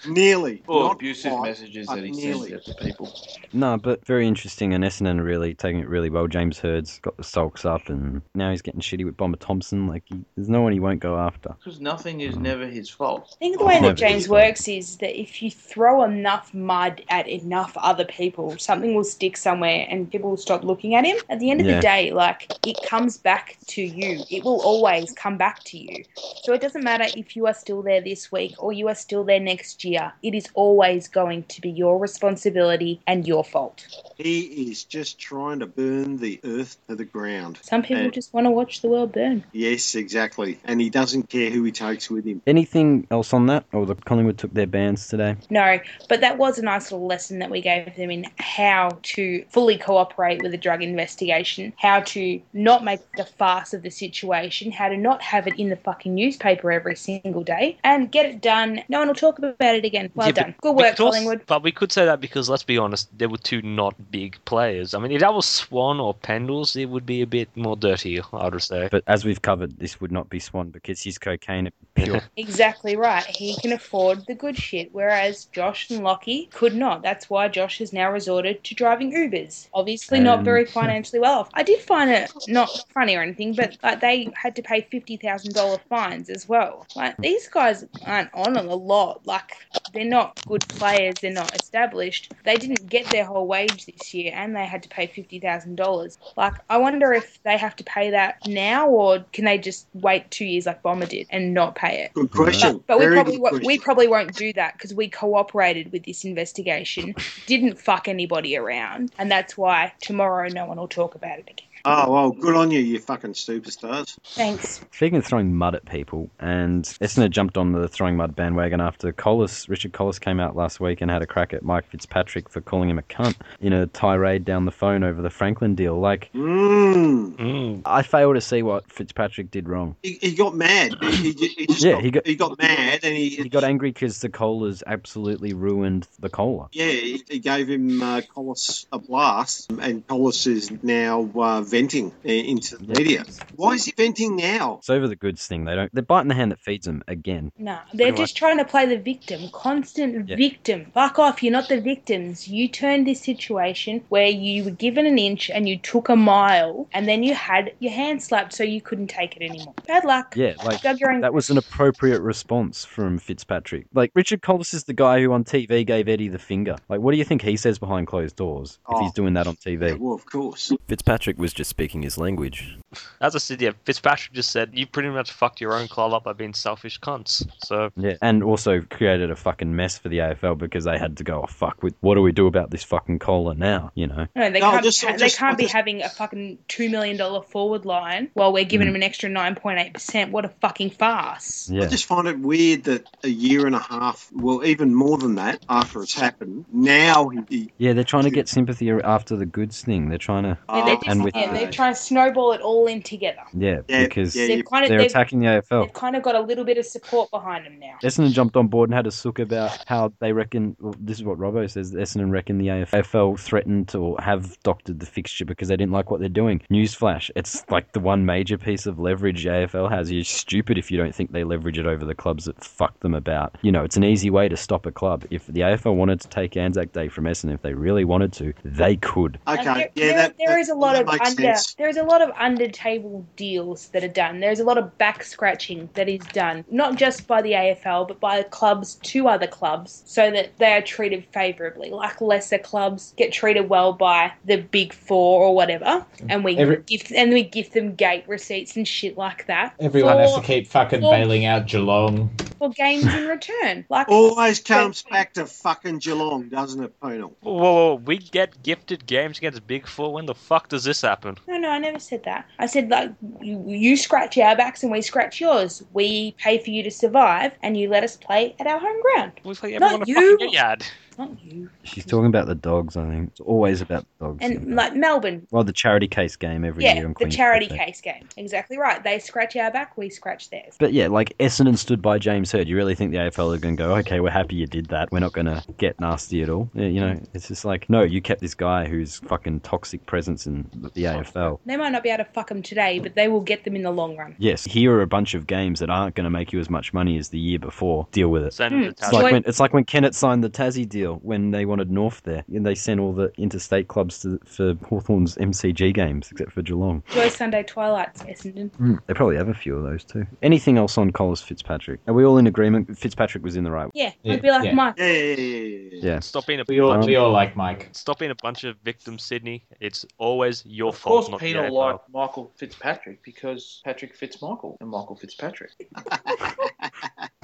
nearly.
Or
Not
abusive
quite.
messages
but
that he
nearly.
sends out to people.
No, but very interesting and Essendon are really taking it really well. James Hurd's got the sulks up and now he's getting shitty with Bomber Thompson. Like he, there's no one he won't go after.
Because nothing is never his fault.
I think the way
Oh, maybe.
that James works is that if you throw enough mud at enough other people, something will stick somewhere and people will stop looking at him. At the end of
Yeah.
the day, like it comes back to you. It will always come back to you. So it doesn't matter if you are still there this week or you are still there next year. It is always going to be your responsibility and your fault.
He is just trying to burn the earth to the ground.
Some people
Yeah.
just want to watch the world burn.
Yes, exactly. And he doesn't care who he takes with him.
Anything else on that? Oh, the Collingwood took their bans today.
No, but that was a nice little lesson that we gave them in how to fully cooperate with a drug investigation, how to not make the farce of the situation, how to not have it in the fucking newspaper every single day, and get it done. No one will talk about it again. Well
Yeah, but
done. Good
we
work,
could also-
Collingwood.
But we could say that because let's be honest, there were two not big players. I mean, if that was Swan or Pendles, it would be a bit more dirty. I would say.
But as we've covered, this would not be Swan because his cocaine is pure.
Exactly right. He can afford the good shit, whereas Josh and Lockie could not. That's why Josh has now resorted to driving Ubers. Obviously, not
Um,
very financially well off. I did find it not funny or anything, but like they had to pay fifty thousand dollar fines as well. Like these guys aren't on a lot. Like they're not good players. They're not established. They didn't get their whole wage this year, and they had to pay fifty thousand dollars. Like I wonder if they have to pay that now, or can they just wait two years like Bomber did and not pay it?
Good question.
But, but we
Very
probably
good
won't,
question.
we probably won't do that because we cooperated with this investigation, didn't fuck anybody around, and that's why tomorrow no one will talk about it again.
Oh, well, good on you, you fucking superstars.
Thanks.
Speaking of throwing mud at people, and Essendon jumped on the throwing mud bandwagon after Collis, Richard Collis came out last week and had a crack at Mike Fitzpatrick for calling him a cunt in a tirade down the phone over the Franklin deal. Like,
Mmm.
Mm.
I fail to see what Fitzpatrick did wrong.
He, he got mad. He, he, ju- he just
Yeah,
got,
he
he,
got-
got, mad and he,
He got angry because the Colas absolutely ruined the Cola.
Yeah, he, he gave him uh, Collis a blast, and Collis is now uh, venting uh, into the
Yeah.
media. Why is he venting now?
It's over the goods thing. They don't. They're biting the hand that feeds them again.
No, they're
Pretty
just trying to play the victim, constant
Yeah.
victim. Fuck off, you're not the victims. You turned this situation where you were given an inch and you took a mile, and then you had your hand slapped so you couldn't take it anymore. Bad luck.
Yeah, like
Grab your own-
that was an appropriate response from Fitzpatrick. Like Richard Collis is the guy who on TV gave Eddie the finger. Like, what do you think he says behind closed doors if
Oh.
he's doing that on
Yeah,
TV?
well, of course.
Fitzpatrick was just speaking his language.
As I said, yeah, Fitzpatrick just said you pretty much fucked your own club up by being selfish cunts. So
Yeah, and also created a fucking mess for the AFL because they had to go, oh fuck, with what do we do about this fucking cola now? You know,
No, they
No,
can't,
just-
ha- they
just-
can't be
just-
having a fucking $2 million forward line while we're giving
Mm.
them an extra 9.8%. What a fucking farce.
yeah,
I just find it weird that a year and a half, well, even more than that, after it's happened, now he. he
yeah. They're trying to get sympathy after the goods thing. They're trying to,
Yeah, they're
Oh,
just,
And with-
yeah, they're trying to snowball it all in together.
yeah,
Yeah,
because
yeah,
they've
you-
kind of
they're oh.
they've,
attacking the AFL.
they've kind of got a little bit of support behind them now.
Essendon jumped on board and had a sook about how they reckon. Well, this is what Robbo says. Essendon reckon the AFL threatened to or have doctored the fixture because they didn't like what they're doing. Newsflash: It's like the one major piece of leverage the AFL has. You're stupid if you don't think they leverage it over the clubs that fuck them about. You know, it's an easy way to stop a club. If the AFL wanted to take Anzac Day from Essendon, if they really wanted to, they could.
Okay,
And there-
yeah,
there-
that,
there is a lot
that
of
makes
under
sense.
there is a lot of under table deals that are done. There's a lot of back scratching that is done, not just by the AFL but by clubs to other clubs, so that they are treated favourably. Like lesser clubs get treated well by the big four or whatever, and we
Every-
gift and we give them gate receipts and shit like that.
Everyone
for,
has to keep fucking
for-
bailing out Geelong.
for games in return. Like
Always comes back to fucking Geelong, doesn't it, Penal?
whoa, whoa, whoa, we get gifted games against Big Four. When the fuck does this happen?
No, no, I never said that. I said like you, you scratch our backs and we scratch yours. We pay for you to survive, and you let us play at our home ground.
We play
Not
everyone a
you.
fucking yard.
Not you.
She's talking about the dogs. I think it's always about the dogs.
And like Melbourne,
well, the charity case game every year.
yeah,
on
the
Queen's
charity
Birthday.
case game. Exactly right. They scratch our back, we scratch theirs.
But yeah, like Essendon stood by James Heard. You really think the AFL are going to go, okay, we're happy you did that. We're not going to get nasty at all. Yeah, You know, it's just like, no, you kept this guy who's fucking toxic presence in the AFL.
They might not be able to fuck them today, but they will get them in the long run.
Yes, here are a bunch of games that aren't going to make you as much money as the year before. Deal with it.
Send
Hmm,
the
It's
tally.
so
like,
I-
when, it's like when Kennett signed the Tassie deal when they wanted North there, and they sent all the interstate clubs to, for Hawthorn's MCG games, except for Geelong.
Joy Sunday Twilight's Essendon.
Mm, they probably have a few of those too. Anything else on Collis Fitzpatrick? Are we all in agreement? Fitzpatrick was in the right.
Yeah,
Yeah,
I'd be like
yeah.
Mike.
Yeah, yeah, yeah, yeah.
Yeah.
Stop being a
We all,
Um,
we all like Mike.
stop being a bunch of victims, Sydney. It's always your
Of
fault.
course,
not the
Peter
AFL.
liked Michael Fitzpatrick because Patrick Fitzmichael and Michael Fitzpatrick.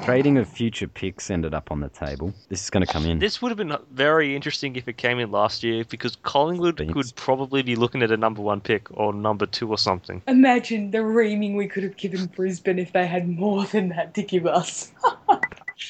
Trading of future picks ended up on the table. This is going to come in.
This would have been very interesting if it came in last year because Collingwood
Beans.
could probably be looking at a number one pick or number two or something.
Imagine the reaming we could have given Brisbane if they had more than that to give us.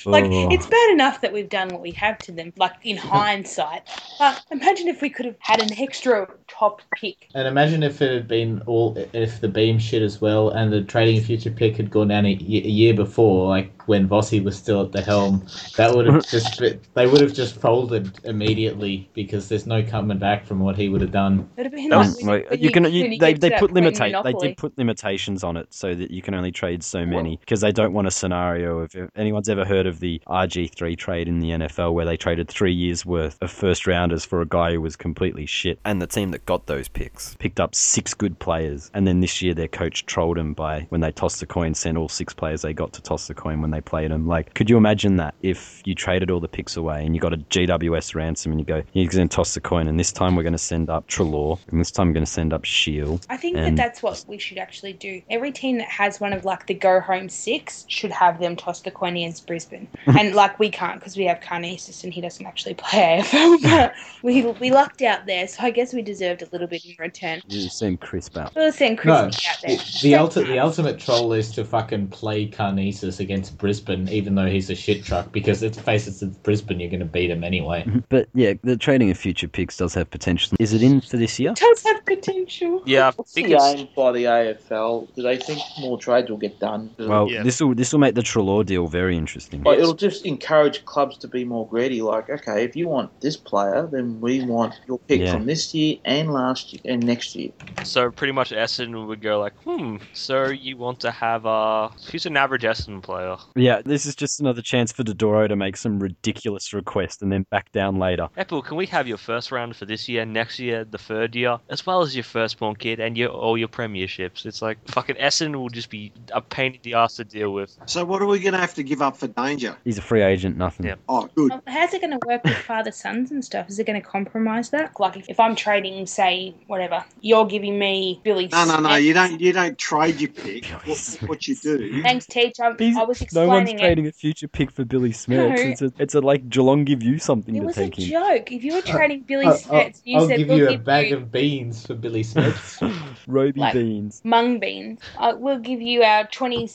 Like
Oh.
it's bad enough that we've done what we have to them, like in hindsight. But imagine if we could have had an extra top pick.
And imagine if it had been all if the beam shit as well, and the trading future pick had gone down a, ye- a year before, like when Vossi was still at the helm. That would have just been- they would have just folded immediately because the's no coming back from what he would have done.
It'd have been
That
like
was-
when
Like,
when
you can you,
when
they,
get to
they
that
put
point in
limita- they
Monopoly.
did put limitations on it so that you can only trade so many because they don't want a scenario if if anyone's ever heard of the RG3 trade in the NFL where they traded 3 years worth of first rounders for a guy who was completely shit
And the team that got those picks.
picked up six good players and then this year their coach trolled him by when they tossed the coin sent all six players they got to toss the coin when they they played him. Like, could you imagine that if you traded all the picks away and you got a GWS ransom and you go, you're going to toss the coin, and this time we're going to send up Trelaw, and this time we're going to send up Shield.
I think
And-
that that's what we should actually do. Every team that has one of like the go home six should have them toss the coin against Brisbane, and like we can't because we have Carnesis and he doesn't actually play AFL. But we we lucked out there, so I guess we deserved a little bit in return.
You seem crisp out.
We'll send Chris
No,
out there.
the, the, ulti- the ultimate troll is to fucking play Carnesis against Brisbane, even though he's a shit truck, because let's face it, it's Brisbane, you're going to beat him anyway.
But yeah, the trading of future picks does have potential. Is it in for this year?
does have potential.
Yeah, I
What's
think
the
it's
aim by the AFL? Do they think more trades will get done?
Well,
Yeah.
this will this will make the Trelaw deal very interesting.
Like, it'll just encourage clubs to be more greedy. Like, okay, if you want this player, then we want your pick
Yeah.
from this year and last year and next year.
So pretty much Essendon would go like, hmm, so you want to have a... Who's an average Essendon player?
Yeah, this is just another chance for Dodoro to make some ridiculous request and then back down later.
Epil, can we have your first round for this year, next year, the third year, as well as your firstborn kid and your all your premierships? It's like, fucking Essendon will just be a pain in the ass to deal with.
So what are we going to have to give up for danger?
He's a free agent, nothing.
Yeah.
Oh, good.
Um, How's it going to work with father sons and stuff? Is it going to compromise that? Like, if- if I'm trading, say, whatever, you're giving me Billy.
No, no, no.
Smith.
You don't. You don't trade your pick. What, what you do?
Thanks, teacher. I'm-
He's-
I was
no
explaining
one's
it.
trading a future pick for Billy Smurfs.
No.
It's, a, it's a like Geelong give you something
It
to
was a
take him.
joke. If you were trading Billy
I'll-
Smiths, you
I'll
said
give
we'll
you a
give
bag
you
of beans for Billy Smith.
Roby
Like-
Beans.
mung beans. Uh, we'll give you our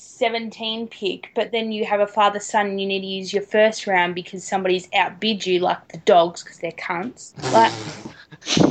2017 pick, but then you have a father son and you need to use your first round because somebody's outbid you, like the dogs, because they're cunts. Like,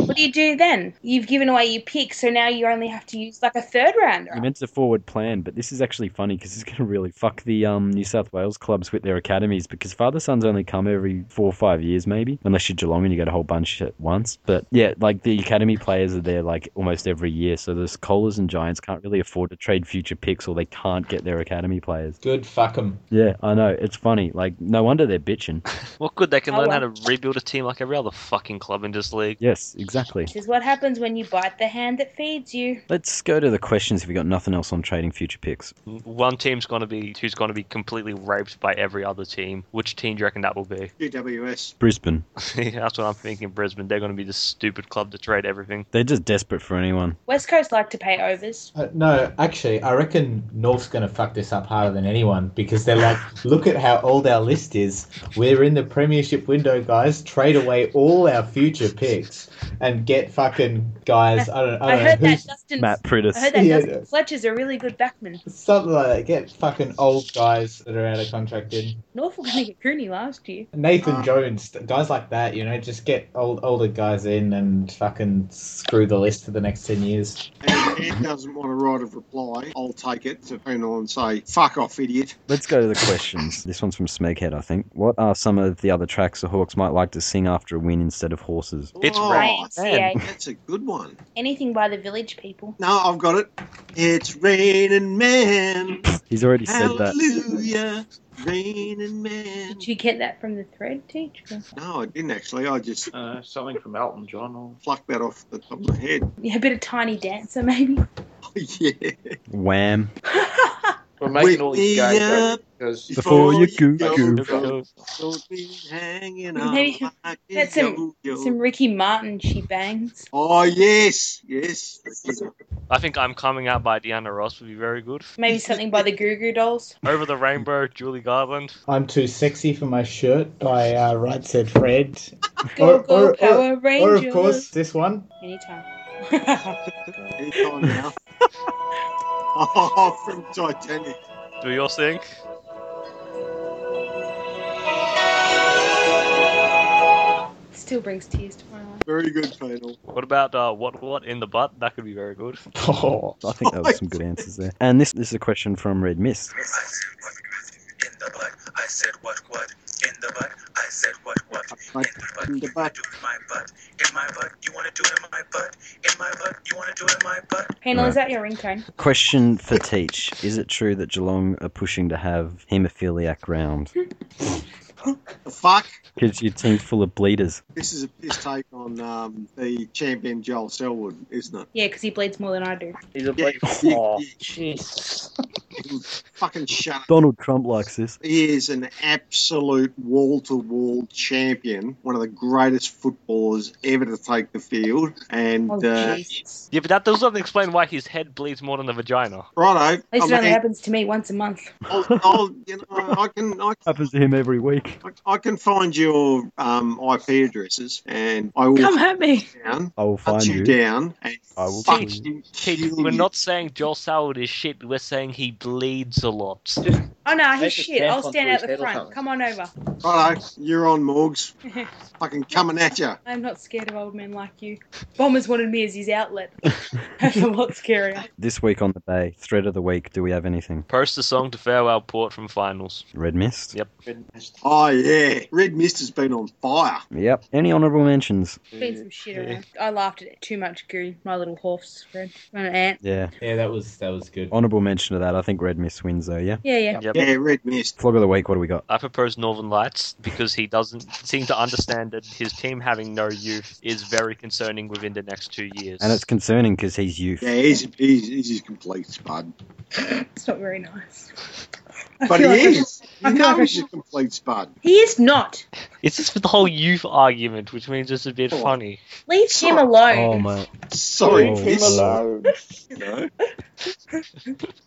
what do you do then? You've given away your pick, so now you only have to use like a third rounder.
You meant a forward plan, but this is actually funny because it's going to really fuck the um, New South Wales clubs with their academies because father sons only come every four or five years, maybe, unless you're Geelong and you get a whole bunch at once. But yeah, like the academy players are there like almost every year, so the Colas and Giants can't really afford to trade future picks or they can't get their academy players.
Good, fuck him.
Yeah, I know. It's funny. Like, no wonder they're bitching.
What good? They can
Oh,
learn how
well.
to rebuild a team like every other fucking club in this league.
Yes, exactly.
This is what happens when you bite the hand that feeds you.
Let's go to the questions if we got nothing else on trading future picks.
One team's going to be who's going to be completely raped by every other team. Which team do you reckon that will be?
GWS.
Brisbane.
That's what I'm thinking. Brisbane. They're going to be the stupid club to trade everything.
They're just desperate for anyone.
West Coast like to pay overs.
Uh, no, actually, I reckon North's going to fuck this up harder than anyone because they're like, look at how old our list is. We're in the premiership window, guys. Trade away all our future picks and get fucking guys. I don't,
I,
I don't
heard
know
that
who's
Justin.
Matt
I
Pritis.
heard that
Yeah.
Justin Fletcher's a really good backman.
something like that. Get fucking old guys that are out of contract in.
North were going to get Cooney last year.
Nathan
Ah.
Jones, th- guys like that, you know, just get old older guys in and fucking screw the list for the next ten years.
And Ed doesn't want a right of reply. I'll take it to panel and say, "Fuck off, idiot."
Let's go to the questions. This one's from Smeghead, I think. What are some of the other tracks the Hawks might like to sing after a win instead of horses?
It's
Oh,
rain.
CA.
That's a good one.
Anything by the village people.
No, I've got it. It's raining man.
He's already said that.
Hallelujah. Raining man.
Did you get that from the thread teacher?
No, I didn't actually. I just
Uh, something from Elton John. Or...
plucked that off the top of my head.
Yeah, a bit of tiny dancer maybe.
yeah.
Wham.
We're making
Wake
all these gay
me
jokes
up
because
Before you goo goo.
go. Don't be hanging on
Maybe
like a
that's some-
yo-yo.
Some Ricky Martin she bangs.
Oh yes, yes.
I think I'm coming out by Deanna Ross would be very good.
Maybe something by the Goo Goo Dolls.
Over the rainbow, Julie Garland.
I'm too sexy for my shirt by uh, Right Said Fred.
Go
Or-
go
or- or-
Power Rangers.
Or of course this one.
Anytime.
Anytime now. Oh, from Titanic.
Do you all think?
Still brings tears to my eyes.
Very good panel.
What about uh, what what in the butt? That could be very good.
Oh,
I think that was some good answers there. And this, this is a question from Red Mist.
But in the back,
Panel, is that your ringtone?
Question for Teach. Is it true that Geelong are pushing to have haemophiliac round?
the fuck.
Because your team's full of bleeders.
This is a piss take on um, the champion Joel Selwood, isn't it?
Yeah, because he bleeds more than I do.
he's a bloody.
Yeah.
Oh, jeez.
fucking shut up.
Donald Trump likes this.
He is an absolute wall to wall champion, one of the greatest footballers ever to take the field. And
Oh,
uh,
Jesus.
Yeah, but that doesn't explain why his head bleeds more than the vagina.
righto,
At least
Oh,
it
I
only
mean,
happens to me once a month.
I'll, I'll, you know, I can, I can,
Happens to him every week.
I can find your um, IP addresses, and I will
Come
hunt
at me.
you down,
I will find
hunt you
you.
down, and
I will
fucking
kill
kill
Pete,
you.
we're not saying Joel Salad is shit. We're saying he bleeds a lot.
Oh no,
Take
he's
a
shit.
stamp
I'll
onto
stand
his
out the
head or
front.
something.
Come on over.
Righto, you're on, Morgs. Fucking coming at you.
I'm not scared of old men like you. Bombers wanted me as his outlet. That's a lot scarier.
This week on the Bay, thread of the week. Do we have anything?
Post the song to farewell Port from finals.
Red Mist.
Yep.
Oh yeah, Red Mist has been on fire.
Yep. Any honourable mentions?
Been some shit around. I laughed at it too much, Goo. My little horse friend. My aunt.
Yeah.
Yeah, that was that was good.
Honourable mention of that. I think Red Mist wins though. Yeah.
Yeah, yeah.
Yep.
Yeah, Red Mist.
Flog of the week. What do we got?
I propose Northern Lights because he doesn't seem to understand that his team having no youth is very concerning within the next two years.
And it's concerning because he's youth.
Yeah, he's he's, he's a complete spud.
It's not very nice. I
But he
feel like I-
is. You
I feel
know
like I
he's a
should-
complete spud.
He is not.
it's just with the whole youth argument, which means it's a bit funny.
Leave him alone.
Oh my.
Sorry,
Oh.
Mist.
alone.
You know?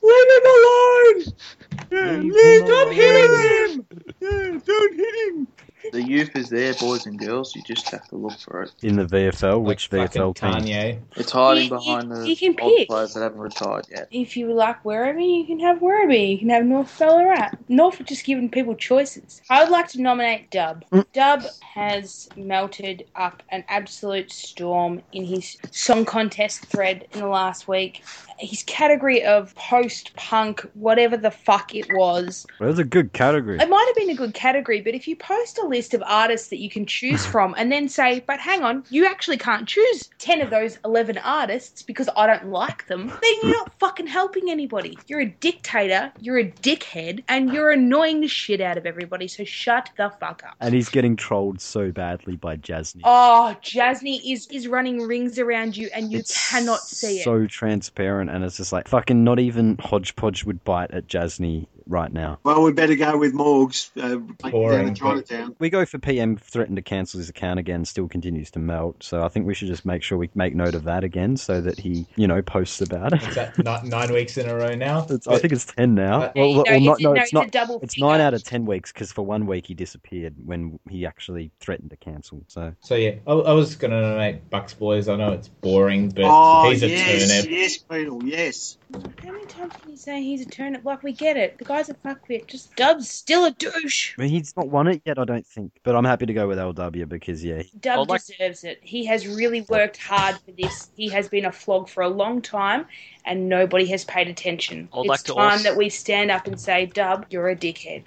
Leave him alone.
Stop hitting
him.
Yeah, don't hit him.
The youth is there, boys and girls. You just have to look for it.
In the VFL, which
Like fucking
VFL team?
Kanye.
It's hiding
He- he-
behind the
he can
old
pick.
players that haven't retired yet.
If you like Werribee, you can have Werribee. You can have North Ballarat. North are just giving people choices. I would like to nominate Dub. Dub has melted up an absolute storm in his song contest thread in the last week. His category of post punk, whatever the fuck it was,
Well, that's a good category.
It might have been a good category, but if you post a list of artists that you can choose from and then say, but hang on, you actually can't choose 10 of those 11 artists because I don't like them, then you're not fucking helping anybody. You're a dictator, you're a dickhead, and you're annoying the shit out of everybody, so shut the fuck up.
And he's getting trolled so badly by Jasny.
Oh, Jasny is, is running rings around you and you
It's
cannot see it.
So transparent, and it's just like fucking not even hodgepodge would bite at Jasny right now.
Well, we better go with Morgs. Uh, take him down to
Boring.
Chinatown.
We go for PM threatened to cancel his account again, still continues to melt. So I think we should just make sure we make note of that again, so that he, you know, posts about it.
What's that? Not nine weeks in a row now.
It's, I think it's ten now.
Uh,
Well,
No,
well, not,
it's-
no, it's
a
not.
double
It's
figure.
nine out of ten weeks because for one week he disappeared when he actually threatened to cancel. So
So yeah, I, I was gonna nominate Bucks Boys. I know it's boring, but
Oh,
he's a
yes,
turnip.
yes, Beetle, yes.
How many times can you say he's a turnip? Like, we get it. The guy's a fuckwit. Just Dub's still a douche.
I mean, he's not won it yet, I don't think. But I'm happy to go with LW because yeah,
I
Dub
like-
deserves it. He has really worked hard for this. He has been a flog for a long time, and nobody has paid attention.
I'd
it's
like to
time
also-
that we stand up and say, Dub, you're a dickhead.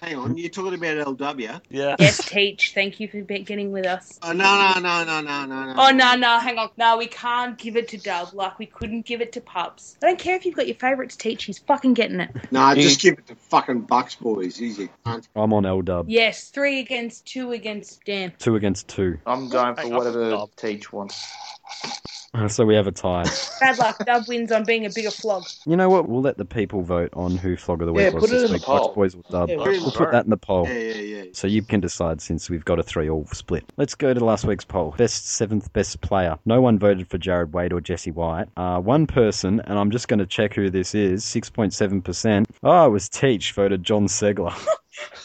Hang on, you're talking about LW.
Yeah.
yes, teach. Thank you for be- getting with us.
Oh, no, no, no, no, no, no, no.
Oh no no hang on no we can't give it to Dub like we couldn't give it to Pups. I don't care if you've got your favourites teach he's fucking getting it.
No, just give it to fucking Bucks Boys. He's a cunt.
I'm on LW.
Yes three against two against Dan.
Two against two.
I'm going for
Hey,
whatever
I'll-
Teach wants.
So we have a tie.
Bad luck Dub wins on being a bigger flog.
You know what? We'll let the people vote on who flog of the week
Yeah,
was
put it
this
in the
week. Bucks
poll.
Boys or Dub.
Yeah,
we'll
put it in the
put that in the poll.
Yeah, yeah, yeah.
So you can decide since we've got a three all split. Let's go to last week's poll. Best seventh best player. No one voted for Jared Wade or Jesse White. Uh, one person, and I'm just going to check who this is 6.7%. Oh, it was Teach voted John Segler.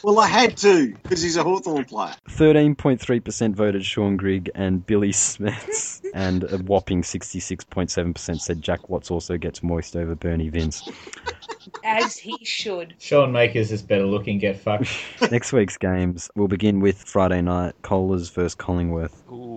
Well, I had to, because he's a Hawthorn player.
13.3% voted Sean Grigg and Billy Smets. and a whopping 66.7% said Jack Watts also gets moist over Bernie Vince.
As he should.
Sean Makers is better looking. Get fucked.
Next week's games, we'll begin with Friday night Colas versus Collingworth.
Ooh.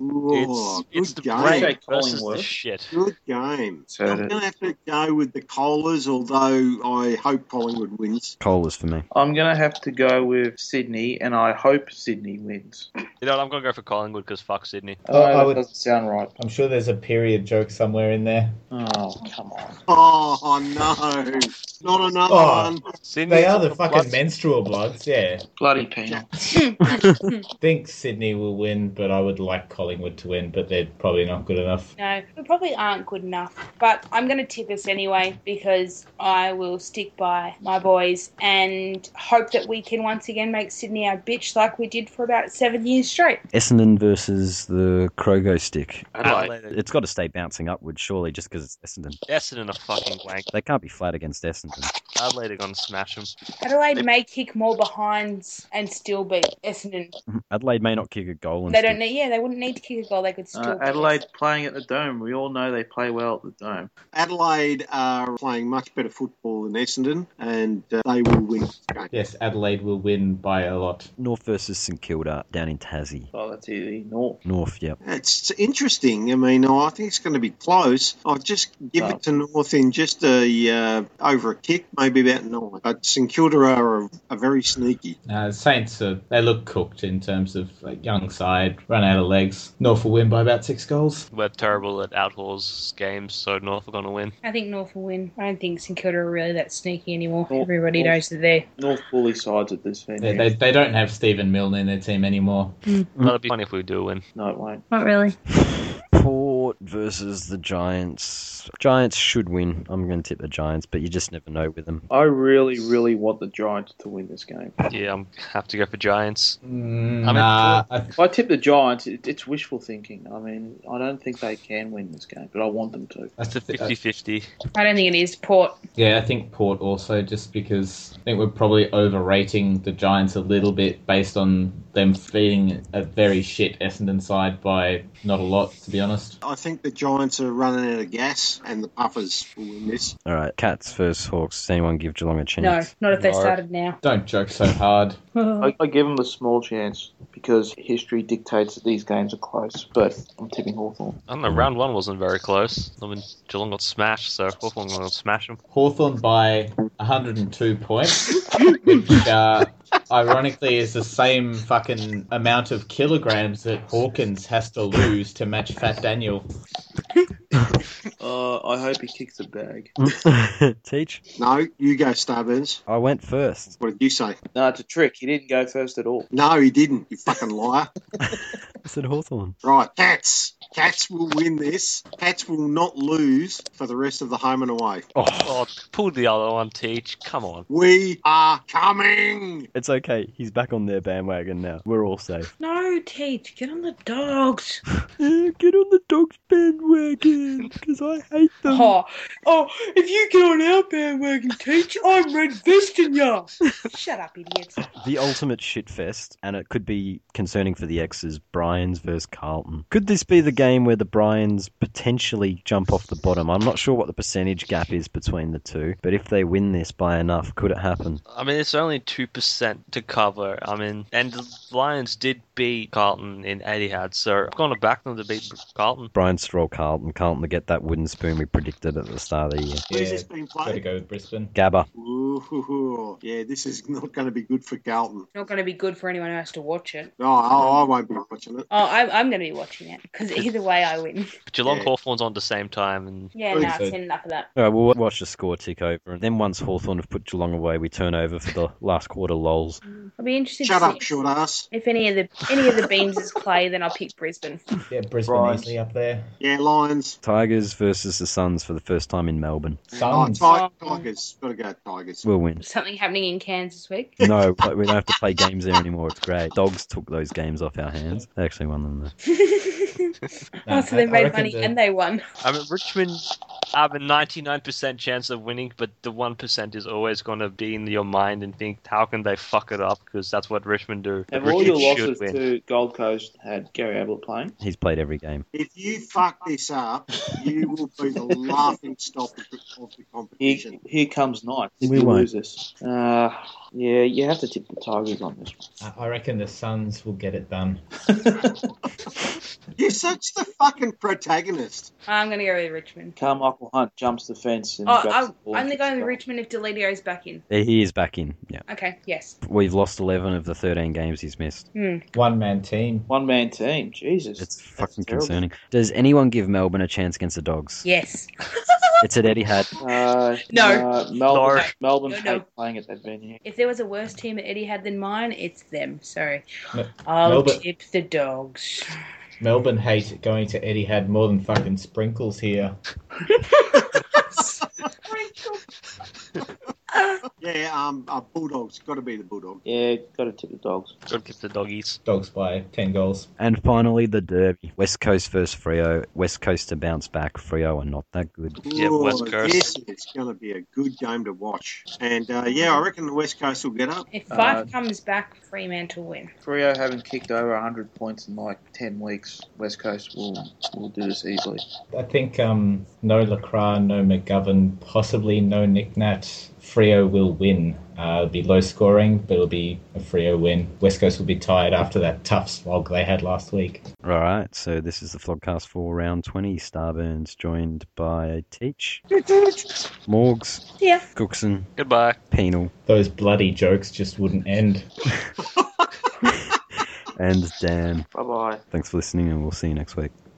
Oh,
It's, it's
good
the
game.
brain
Great.
versus the
Collingwood.
shit.
Good game.
So
I'm
that-
going to have to go with the Colas, although I hope Collingwood wins.
Colas for me.
I'm going to have to go with Sydney, and I hope Sydney wins.
You know what? I'm going to go for Collingwood because fuck Sydney.
Oh,
I
that
would-
doesn't sound right.
I'm sure there's a period joke somewhere in there.
Oh, come on.
Oh, no. Not another
Oh.
one.
Sydney
They are the
Bloods-
fucking menstrual bloods. Yeah.
Bloody penal.
Think Sydney will win, but I would like Collingwood to win, but they're probably not good enough.
No, we probably aren't good enough. But I'm going to tip us anyway because I will stick by my boys and hope that we can once again make Sydney our bitch like we did for about seven years straight.
Essendon versus the Krogo stick.
Adelaide.
It's got to stay bouncing upward, surely, just because it's Essendon.
Essendon are fucking blank.
They can't be flat against Essendon.
Adelaide are going to smash them.
Adelaide may kick more behinds and still beat Essendon.
Mm-hmm. Adelaide may not kick a goal. And
They don't
still-
need, yeah, they wouldn't need to kick a goal. They could still.
Uh,
beat
Adelaide playing at the Dome. We all know they play well at the Dome.
Adelaide are playing much better football than Essendon, and uh, they will win. this game.
Yes, Adelaide will win by a lot.
North versus St Kilda down in Tassie.
Oh, that's easy. North.
North, yep.
It's interesting. I mean, I think it's going to be close. I'll just give
Oh.
Well-
it to North in just a uh, over a kick, maybe about nine. But St Kilda are, are very sneaky.
Uh, Saints are they look cooked in terms of like, young side, run out of legs. North will win by about six goals.
We're terrible at outlaws games, so North are going to win.
I think North will win. I don't think St Kilda are really that sneaky anymore.
North-
Everybody
North-
knows that they're.
North bully sides at this venue.
They, they, they don't have Stephen Milne in their team anymore.
That'll be funny if we do win.
No, it won't.
Not really.
Port versus the Giants. Giants should win. I'm going to tip the Giants, but you just never know with them.
I really, really want the Giants to win this game.
Yeah, I'm have to go for Giants.
Mm,
I mean,
nah, I,
If I tip the Giants, it, it's wishful thinking. I mean, I don't think they can win this game, but I want them to.
I
It's a
thi-
50 50.
I don't think it is Port.
Yeah, I think Port also, just because I think we're probably overrating the Giants a little bit based on them feeding a very shit Essendon side by not a lot, to be honest.
I think the Giants are running out of gas, and the Puffers will win this.
All right, Cats versus Hawks. Does anyone give Geelong a
No,
chance?
not if they
No.
started now.
Don't joke so hard.
Oh.
I, I give them a small chance because history dictates that these games are close, but I'm tipping Hawthorn.
I don't know, round one wasn't very close. I mean, Geelong got smashed, so Hawthorn going to smash them.
Hawthorn by 102 points, which uh, ironically is the same fucking amount of kilograms that Hawkins has to lose to match Fat Daniel.
Uh, I hope he kicks the bag.
Teach.
No, you go, Starburns.
I went first.
What did you say?
No, it's a trick. He didn't go first at all.
No, he didn't. You fucking liar.
I said Hawthorn.
Right, Cats. Cats will win this. Cats will not lose for the rest of the home and away.
Oh, pull the other one, Teach. Come on.
We are coming.
It's okay. He's back on their bandwagon now. We're all safe.
No, Teach, get on the dogs.
Get on the dog's bandwagon because I hate them.
Oh, oh, if you get on our bandwagon, Teach, I'm red vesting ya. Shut up, idiots.
The ultimate shitfest, and it could be concerning for the X's, Bryans versus Carlton. Could this be the game where the Bryans potentially jump off the bottom? I'm not sure what the percentage gap is between the two, but if they win this by enough, could it happen?
I mean, it's only 2% to cover. I mean, and the Lions did beat Carlton in Etihad, so I'm going to back them to beat Carlton.
Brian Stroll, Carlton, Carlton to get that wooden spoon we predicted at the start of the year.
Where's
Yeah,
this being
gotta
played?
go with Brisbane.
Gabba.
Ooh, yeah, this is not going to be good for Carlton.
Not going to be good for anyone who has to watch it.
No, I,
Um,
I won't be watching it.
Oh, I'm, I'm going to be watching it because either way, I win.
Geelong
Yeah.
Hawthorn's on at the same time, and
Yeah,
Oh,
no,
you
I've
said-
seen enough of that.
All right, we'll watch the score tick over, and then once Hawthorn have put Geelong away, we turn over for the last quarter lols.
I'll be interested.
Shut
to
up,
see
short ass.
If any of the any of the beams is clay, then I'll pick Brisbane.
Yeah, Brisbane
Right.
easily up there.
Yeah, Lions.
Tigers versus the Suns for the first time in Melbourne.
Oh,
Suns.
Um,
Ti- Tigers. Got to go, Tigers.
We'll win.
Something happening in Cairns this week.
No, like, we don't have to play games there anymore. It's great. Dogs took those games off our hands. They actually won them. Though.
No,
oh, so they
I- I
made
reckon
money
the-
and they won.
I mean, Richmond have a 99% chance of winning, but the 1% is always going to be in your mind and think, how can they fuck it up? Because that's what Richmond do.
Have all
Richmond
your
should
losses
win.
to Gold Coast had Gary Ablett playing?
He's played every game.
If you fuck this up, you will be the laughing stock of the, of the
Here,
competition.
here comes night. If
We
you
won't.
lose this, uh, yeah, you have to tip the Tigers on this. one.
I- I reckon the Suns will get it done.
You're such the fucking protagonist.
I'm going to go with Richmond.
Carmichael Hunt jumps the fence and grabs
Oh,
the
I'm,
ball.
I'm only going with Richmond if Delidio's back in.
Yeah, He is back in. Yeah,
Okay, yes.
we've lost eleven of the thirteen games he's missed.
Hmm.
One man team.
One man team. Jesus,
It's
That's
fucking
terrible.
concerning. Does anyone give Melbourne a chance against the Dogs?
Yes.
It's at Etihad.
Uh,
No.
uh, Melbourne,
No.
Melbourne
No,
hate
no.
playing at that venue.
If there was a worse team at Etihad than mine, it's them. Sorry.
Me-
I'll
Melbourne-
tip the dogs.
Melbourne hate going to Etihad more than fucking sprinkles here.
Yeah, um, uh, Bulldogs. Got to be the Bulldogs.
Yeah, got to tip the dogs.
Gotta keep the doggies.
Dogs by 10 goals.
And finally, the Derby. West Coast versus Frio. West Coast to bounce back. Frio are not that good.
Yeah, West Coast.
Yes, it's going to be a good game to watch. And uh, yeah, I reckon the West Coast will get up.
If Fife
Uh,
comes back, Fremantle win.
Frio haven't kicked over 100 points in like 10 weeks. West Coast will will do this easily.
I think um, no Lacroix, no McGovern, possibly no Nick Nat. Frio will win. Uh, it'll be low scoring, but it'll be a Frio win. West Coast will be tired after that tough slog they had last week.
All right, so this is the Flogcast for round 20. Starburns joined by Teach, Morgs,
Yeah.
Cookson,
Goodbye.
Penal,
Those bloody jokes just wouldn't end.
and Dan.
Bye bye.
Thanks for listening, and we'll see you next week.